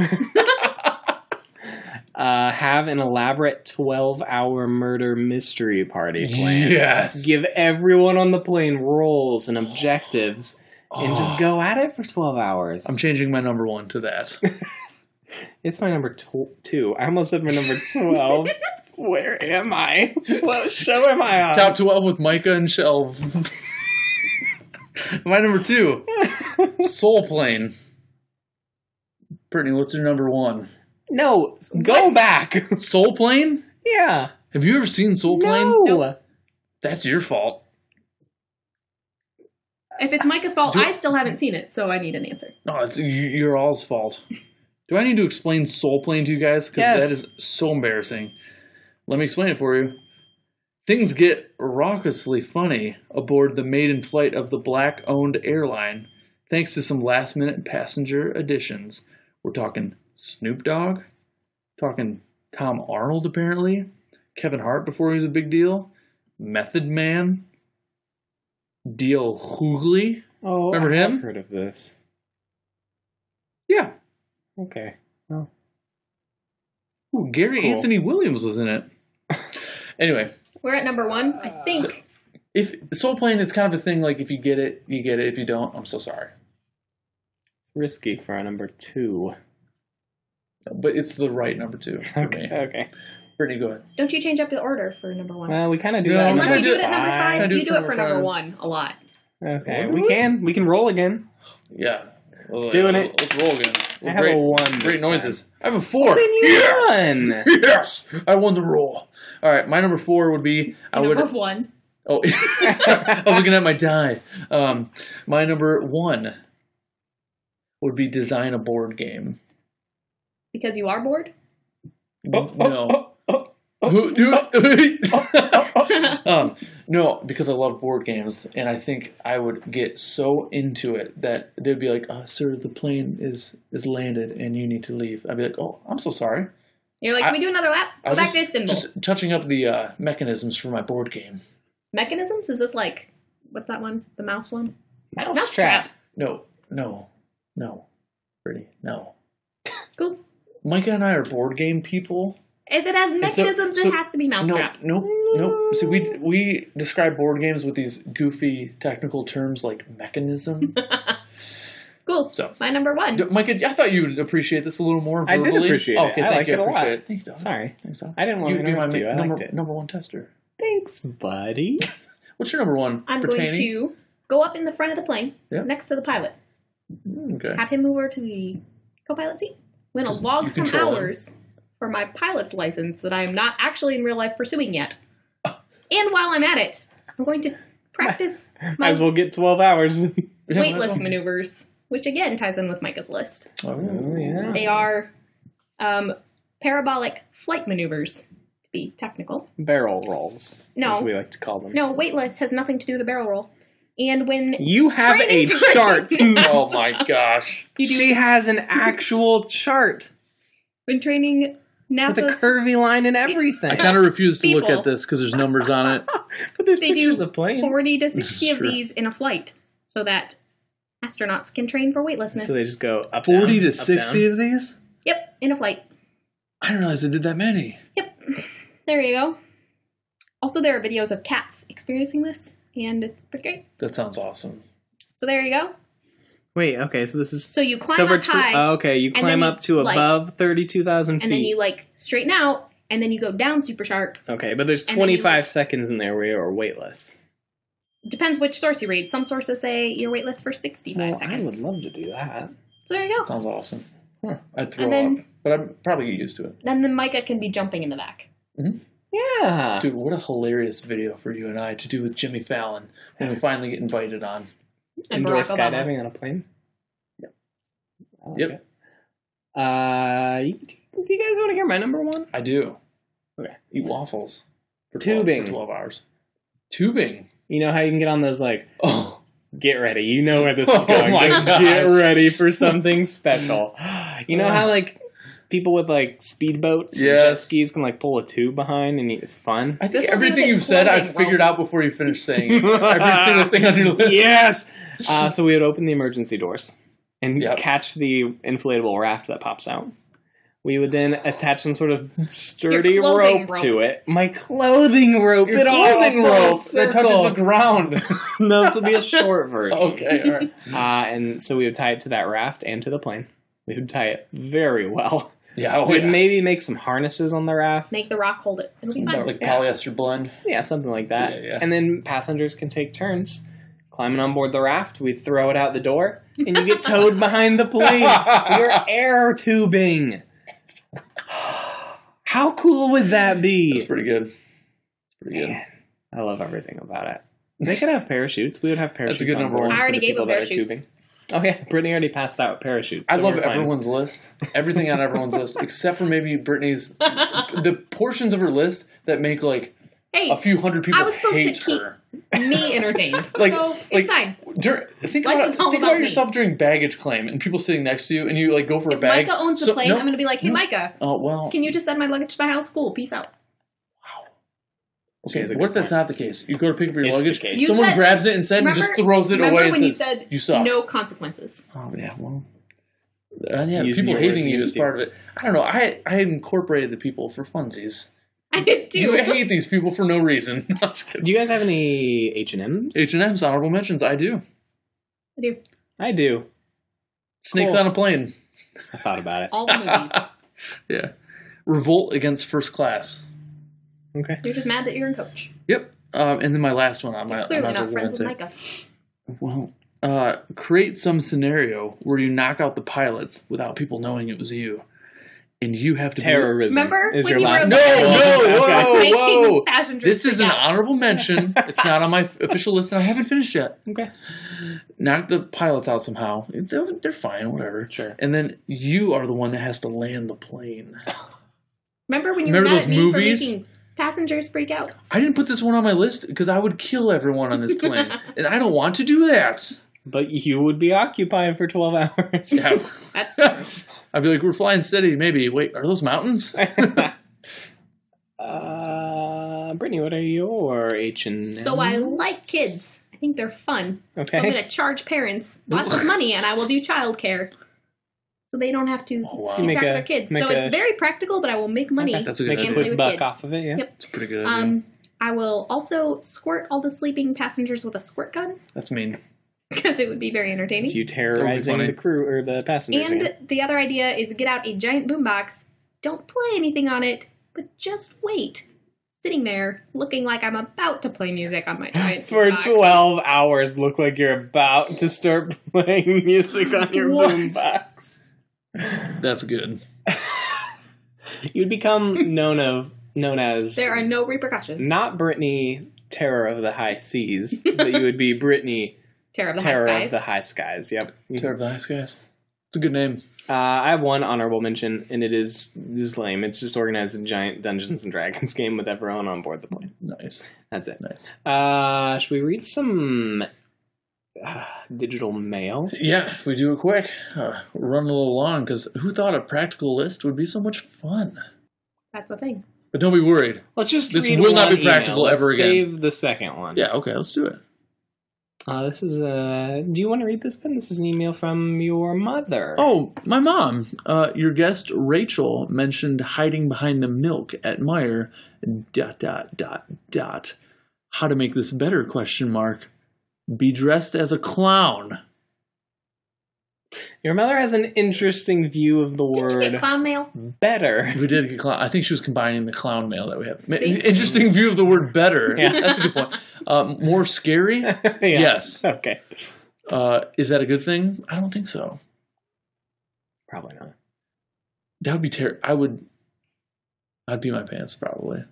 S2: uh, have an elaborate 12 hour murder mystery party planned.
S3: Yes.
S2: Give everyone on the plane roles and objectives and just
S3: Oh.
S2: go at it for 12 hours.
S3: I'm changing my number one to that.
S2: it's my number tw- two. I almost said my number 12. Where am I? What show am I on?
S3: Top 12 with Micah and Shelv. My number two, Soul Plane. Brittany, what's your number one?
S2: No, go back.
S3: Soul Plane?
S2: yeah.
S3: Have you ever seen Soul Plane?
S2: No.
S3: That's your fault.
S4: If it's Micah's fault,
S3: Do-
S4: I still haven't seen it, so I need an answer.
S3: No, it's you- your all's fault. Do I need to explain Soul Plane to you guys? Because
S2: Yes.
S3: that is so embarrassing. Let me explain it for you. Things get raucously funny aboard the maiden flight of the black owned airline thanks to some last minute passenger additions. We're talking Snoop Dogg, talking Tom Arnold apparently, Kevin Hart before he was a big deal, Method Man, Deal Hoogly.
S2: Oh,
S3: Remember
S2: I- I've
S3: him?
S2: heard of this.
S3: Yeah,
S2: Okay.
S3: Ooh, Gary
S2: Cool.
S3: Anthony Williams was in it. anyway,
S4: We're at number one, I think.
S3: if Soul Plane, it's kind of a thing. Like if you get it, you get it. If you don't, I'm so sorry.
S2: risky for a number two.
S3: But it's the right number two for
S2: Okay.
S3: me.
S2: Okay.
S3: Pretty good.
S4: Don't you change up the order for number one?
S2: Well, we kind of Uh, do
S3: No,
S2: that.
S3: I'm
S4: Unless
S3: gonna
S4: you
S3: do
S4: do
S3: it-
S4: it at number
S2: Fine.
S4: five,
S3: do
S4: you
S3: it
S4: do it
S3: for
S4: for
S3: number
S4: number
S3: five.
S4: one a lot.
S2: Okay, we can. We can roll again.
S3: Yeah, Well,
S2: Doing
S3: uh,
S2: it.
S3: Let's roll again.
S2: I have a one. this
S3: Great
S2: time. Oh,
S3: noises. I have a four.
S2: Then you
S3: yes.
S2: won.
S3: Yes, I won the roll. All right, my number four would be I would.
S4: number one.
S3: Oh, I was looking at my die. Um, my number one would be design a board game.
S4: Because you are bored?
S3: No. Who- who- um, no, because I love board games, and I think I would get so into it that they'd be like, uh, "Sir, the plane is is landed, and you need to leave." I'd be like, "Oh, I'm so sorry."
S4: You're like, can
S3: I-
S4: we do another lap?
S3: I
S4: Go
S3: was
S4: back
S3: just,
S4: to Istanbul.
S3: just touching up the uh, mechanisms for my board game.
S4: Mechanisms? Is this like, what's that one? The mouse one?
S2: Mousetrap.
S3: No, no, no, pretty no.
S4: Cool.
S3: Micah and I are board game people.
S4: If it has
S3: so-
S4: mechanisms,
S3: so-
S4: it has to be
S3: No,
S4: mousetrap.
S3: no, no. So we we describe board games with these goofy technical terms like mechanism.
S4: Cool.
S3: So-
S4: my number one.
S3: D- Micah, I thought you would appreciate this a little more.
S2: I did
S3: verbally. Oh,
S2: appreciate it. I
S3: thank
S2: like
S3: you.
S2: it a
S3: appreciate
S2: lot.
S3: It. Thanks, Don.
S2: Sorry,
S3: Thanks, Don.
S2: I didn't want
S3: You'd
S2: to
S3: be my
S2: interrupt you. I
S3: number,
S2: liked it.
S3: number one tester.
S2: Thanks, buddy.
S3: What's your number one?
S4: I'm
S3: Brittany?
S4: going to go up in the front of the plane
S3: Yeah.
S4: next to the pilot.
S3: Okay.
S4: Have him move over to the co pilot seat. I'm going to log
S3: you
S4: some
S3: control him.
S4: hours for my pilot's license that I am not actually in real life pursuing yet. and while I'm at it, I'm going to practice
S2: Might
S4: my
S2: as well get twelve hours.
S3: Yeah,
S4: weightless
S3: that's all.
S4: maneuvers, which again ties in with Micah's list.
S3: Oh,
S2: yeah.
S4: They are um, parabolic flight maneuvers, to be technical.
S2: Barrel rolls,
S4: No.
S2: as we like to call them.
S4: No, weightless has nothing to do with the barrel roll. And when
S2: You have a
S4: Training for-
S2: chart.
S3: Oh my gosh.
S4: you do
S2: She has an actual chart
S4: when training
S2: with a
S4: NASA's
S2: curvy line and
S3: I
S2: everything.
S3: kind of refuse to look
S4: People.
S3: at this because there's numbers on it.
S2: But there's
S4: They do
S2: pictures of planes.
S4: 40 to 60 of
S3: Sure.
S4: these in a flight so that astronauts can train for weightlessness.
S2: So they just go up,
S3: 40
S2: down,
S3: to
S2: up,
S3: 60
S2: down.
S3: of these?
S4: yep, in a flight.
S3: I didn't realize it did that many.
S4: Yep. There you go. Also, there are videos of cats experiencing this, and it's pretty great.
S3: That sounds awesome.
S4: So there you go.
S2: Wait, okay, so this is
S4: So you climb
S2: so we're
S4: up
S2: tw-
S4: high,
S2: oh, okay, you
S4: and
S2: climb
S4: then
S2: up to
S4: you, like-
S2: above thirty two thousand feet.
S4: and then you like straighten out, and then you go down super sharp.
S2: okay, but there's
S4: and then you,
S2: twenty five seconds in there where you are weightless.
S4: Depends which source you read. Some sources say you're weightless for 65 seconds.
S2: love to do that.
S4: so there you go.
S3: Sounds awesome. Huh. I'd throw
S4: And then-
S3: up, but I'm probably get used to it.
S4: And then Micah can be jumping in the back.
S2: Yeah.
S3: Dude, what a hilarious video for you and I to do with Jimmy Fallon when we finally get invited on.
S4: And
S2: Indoor
S4: Barack Obama.
S2: skydiving on a plane. Yep.
S3: Yep.
S2: Uh, you- do, do you guys want to hear my number one?
S3: I do.
S2: Okay.
S3: Eat waffles. For
S2: Tubing.
S3: 12, for 12 hours. Tubing.
S2: You know how you can get on those like
S3: Oh.
S2: get ready. You know where this is
S3: Oh
S2: going.
S3: my
S2: Like,
S3: gosh.
S2: get ready for something special. You know how like people with like speedboats and jet
S3: Yes.
S2: skis can like pull a tube behind and it's fun.
S3: I think
S4: This will be
S3: everything
S4: with
S3: you've
S4: his
S3: said, I
S4: clothing,
S3: figured
S4: won't
S3: out before you finished saying it. Every single thing on your list.
S2: yes. Uh, so we would open the emergency doors and
S3: Yep.
S2: catch the inflatable raft that pops out. We would then attach some sort of sturdy
S4: Your clothing
S2: rope,
S4: rope.
S2: to it. My clothing rope.
S3: Your
S2: it all
S3: clothing
S2: full
S3: rope that touches
S2: circle.
S3: the ground.
S2: no, this would be a short version.
S3: okay, all right.
S2: Uh, and so we would tie it to that raft and to the plane. We would tie it very well.
S3: Yeah, oh,
S2: We'd
S3: yeah.
S2: maybe make some harnesses on the raft.
S4: Make the rock hold it. It'll be fun.
S3: like polyester blend.
S2: Yeah, something like that.
S3: Yeah, yeah.
S2: And then passengers can take turns climbing on board the raft. We throw it out the door, and you get towed behind the plane. You're air tubing. How cool would that
S3: It's
S2: be?
S3: pretty good. It's pretty good.
S2: Man, I love everything about it. They could have parachutes. We would have parachutes.
S3: a good
S2: on
S3: number
S2: board
S3: one.
S4: I
S2: for
S4: already
S2: the
S4: gave
S2: people
S4: him
S2: that are
S4: parachutes.
S2: tubing. Oh yeah, Brittany already passed out parachutes.
S3: I
S2: so
S3: love
S2: we're fine.
S3: everyone's list. Everything on everyone's list, except for maybe Brittany's the portions of her list that make like a
S4: Hey,
S3: few hundred people
S4: I was supposed to
S3: hate
S4: keep-
S3: her.
S4: me entertained.
S3: Oh. Like,
S4: so
S3: like
S4: it's fine.
S3: Dur- think
S4: Life
S3: about,
S4: is all
S3: think
S4: about
S3: about
S4: me.
S3: yourself during baggage claim and people sitting next to you, and you like go for
S4: If
S3: a bag.
S4: Micah owns the
S3: So-
S4: plane,
S3: no.
S4: I'm going to be like, hey,
S3: No.
S4: Micah,
S3: Oh well.
S4: can you just send my luggage to my house? Cool. Peace out.
S2: She
S3: Okay,
S2: has a good
S3: what if that's
S2: point.
S3: not the case? You go to pick up your
S2: It's the
S3: luggage,
S2: case.
S4: You
S3: someone
S4: said-
S3: grabs it instead and just
S4: Remember-
S3: throws it
S4: Remember
S3: away and
S4: when you
S3: says,
S4: said
S3: "You suck."
S4: no consequences?
S3: Oh yeah, well, uh, yeah,
S2: Using
S3: people
S2: your words
S3: hating you is
S2: against you.
S3: part of it. I don't know. I I incorporated the people for funsies.
S4: I did too.
S3: I hate these people for no reason.
S2: Do you guys have any H and M's?
S3: H and M's honorable mentions. I do.
S4: I do.
S2: I do.
S3: Snakes
S2: Cool.
S3: on a plane.
S2: I thought about it.
S4: All the movies.
S3: Yeah. Revolt against first class.
S2: Okay.
S4: You're just mad that you're in coach.
S3: Yep. Um, and then my last one on my
S4: Clearly
S3: on my
S4: not friends with Micah.
S3: Well, uh, create some scenario where you knock out the pilots without people knowing it was you, and you have to be-
S2: Terrorism.
S4: Remember
S2: is
S4: when
S2: your
S4: you were
S2: last
S4: a
S3: No,
S2: one.
S3: no,
S2: Okay.
S3: whoa, whoa.
S4: Making passengers
S3: This
S4: freak
S3: is an
S4: out.
S3: honorable mention. it's not on my f- official list, and I haven't finished yet.
S2: Okay.
S3: Knock the pilots out somehow. They're, they're fine, whatever.
S2: Sure.
S3: And then you are the one that has to land the plane.
S4: Remember when you
S3: Remember
S4: were mad
S3: those
S4: at me
S3: movies?
S4: for making passengers freak out?
S3: I didn't put this one on my list because I would kill everyone on this plane, and I don't want to do that.
S2: But you would be occupied for 12 hours.
S3: Yeah.
S4: That's true.
S3: I'd be like, we're flying steady, maybe. Wait, are those mountains?
S2: uh, Brittany, what are your H and
S4: so I like kids. I think they're fun. So I'm
S2: Okay.
S4: going to charge parents lots of money, and I will do childcare. so they don't have to
S3: Oh, wow.
S4: keep
S2: Make
S4: track
S2: a-
S4: of their kids.
S2: make
S4: So
S2: a-
S4: it's very practical, but I will make money.
S3: That's a good
S2: Make
S4: and
S2: a
S3: idea.
S4: play
S2: quick
S4: with
S2: buck
S4: kids.
S2: off of it. Yeah.
S4: Yep.
S3: It's a pretty good. idea.
S4: Um, I will also squirt all the sleeping passengers with a squirt gun
S3: That's mean.
S4: because it would be very
S2: It's
S4: entertaining.
S2: you terrorizing
S3: funny.
S2: the crew or the passengers.
S4: And
S2: again.
S4: the other idea is get out a giant boombox. Don't play anything on it, but just wait, sitting there looking like I'm about to play music on my giant
S2: For
S4: boombox.
S2: twelve hours, look like you're about to start playing music on your
S3: What?
S2: boombox.
S3: That's good.
S2: You'd become known of known as
S4: There are no repercussions.
S2: not Brittany Terror of the High Seas, but you would be Brittany
S4: Terror of the
S2: Terror
S4: High
S2: of
S4: Skies.
S2: the High Skies. Yep. Mm-hmm.
S3: Terror of the Ice Guys. It's a good name.
S2: Uh, I have one honorable mention, and it is this is lame. It's just organized a giant Dungeons and Dragons game with everyone on board the plane.
S3: Nice.
S2: That's it.
S3: Nice.
S2: Uh, should we read some uh, digital mail?
S3: Yeah, if we do it quick, uh, run a little long, because who thought a practical list would be so much fun?
S4: That's the thing.
S3: But don't be worried.
S2: Let's just
S3: This
S2: read
S3: will not
S2: one
S3: be practical
S2: email. Let's
S3: ever again.
S2: Save the second one.
S3: Yeah, okay, let's do it.
S2: Uh, this is uh Do you want to read this, Ben? This is an email from your mother.
S3: Oh, my mom. Uh, your guest Rachel mentioned hiding behind the milk at Meyer. Dot dot dot dot. How to make this better? Question mark. Be dressed as a clown.
S2: your mother has an interesting view of the
S4: Did you get
S2: word
S4: clown mail?
S2: better.
S3: We did get clown. I think she was combining the clown mail that we have. Ma-
S4: See?
S3: Interesting view of the word better.
S2: Yeah.
S3: That's a good point. Um, more scary.
S2: Yeah.
S3: Yes.
S2: Okay.
S3: Uh, is that a good thing? I don't think so.
S2: Probably not.
S3: That would be terrible. I would. I'd pee my pants probably.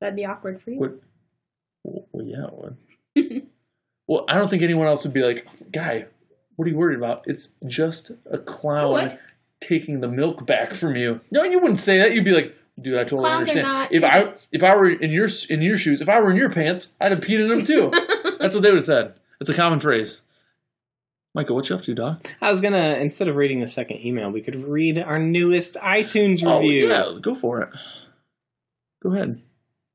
S4: That'd be awkward for you.
S3: Would. Well, yeah, it would. well, I don't think anyone else would be like, guy, what are you worried about? It's just a clown
S4: What?
S3: taking the milk back from you. No, you wouldn't say that. You'd be like, dude, I totally
S4: Clowns are
S3: understand.
S4: not-
S3: if I if I were in your in your shoes, if I were in your pants, I'd have peed in them too. That's what they would have said. It's a common phrase. Michael, what you up to, dog?
S2: I was gonna instead of reading the second email, we could read our newest iTunes review.
S3: Oh, yeah, go for it. Go ahead.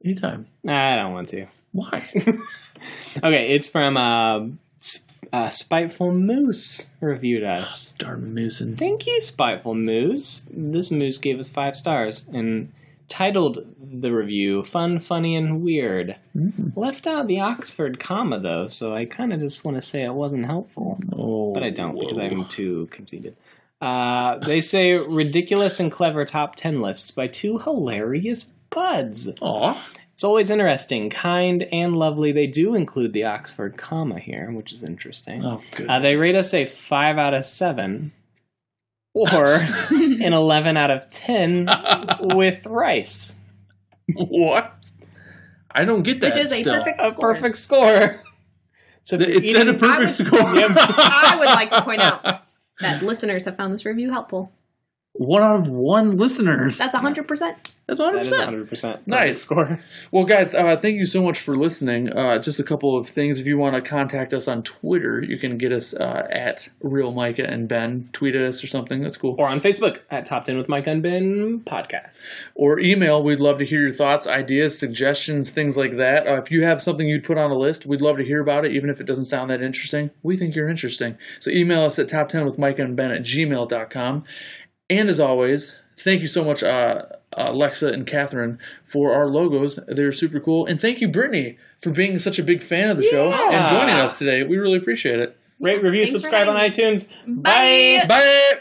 S3: Anytime.
S2: Nah, I don't want to.
S3: Why?
S2: Okay, it's from uh, S- uh, Spiteful Moose reviewed us.
S3: Darn moose and
S2: Thank you, Spiteful Moose. This moose gave us five stars and titled the review Fun, Funny, and Weird. Left out the Oxford comma, though, so I kind of just want to say it wasn't helpful.
S3: Oh,
S2: But I don't because
S3: whoa.
S2: I'm too conceited. Uh, they say ridiculous and clever top 10 lists by two hilarious buds.
S3: Aw.
S2: It's always interesting, kind, and lovely. They do include the Oxford comma here, which is interesting.
S3: Oh, good.
S2: Uh, they rate us a 5 out of 7 or an 11 out of 10 with rice.
S3: what? I don't get that.
S4: Which is a
S3: still.
S4: perfect
S2: A
S4: score.
S2: perfect score. So
S3: Th- It said a perfect
S4: would-
S3: score.
S4: I would like to point out that listeners have found this review helpful.
S3: one out of one listeners.
S4: That's 100%.
S3: That's
S2: that
S3: one
S2: is 100%. perfect
S3: Nice.
S2: score.
S3: Well, guys, uh, thank you so much for listening. Uh, just a couple of things. If you want to contact us on Twitter, you can get us uh, at Real Micah and Ben. Tweet at us or something. That's cool.
S2: Or on Facebook at Top 10 with Mike and Ben podcast.
S3: or email. We'd love to hear your thoughts, ideas, suggestions, things like that. Uh, if you have something you'd put on a list, we'd love to hear about it, even if it doesn't sound that interesting. We think you're interesting. So email us at top 10 with Micah and Ben at gmail.com. And as always, thank you so much, uh, uh, Lexa and Catherine, for our logos. They're super cool. And thank you, Brittany, for being such a big fan of the show and
S2: Yeah.
S3: joining us today. We really appreciate it.
S2: Rate, review,
S4: Thanks for
S2: subscribe on
S4: having
S2: iTunes.
S4: Bye.
S3: Bye.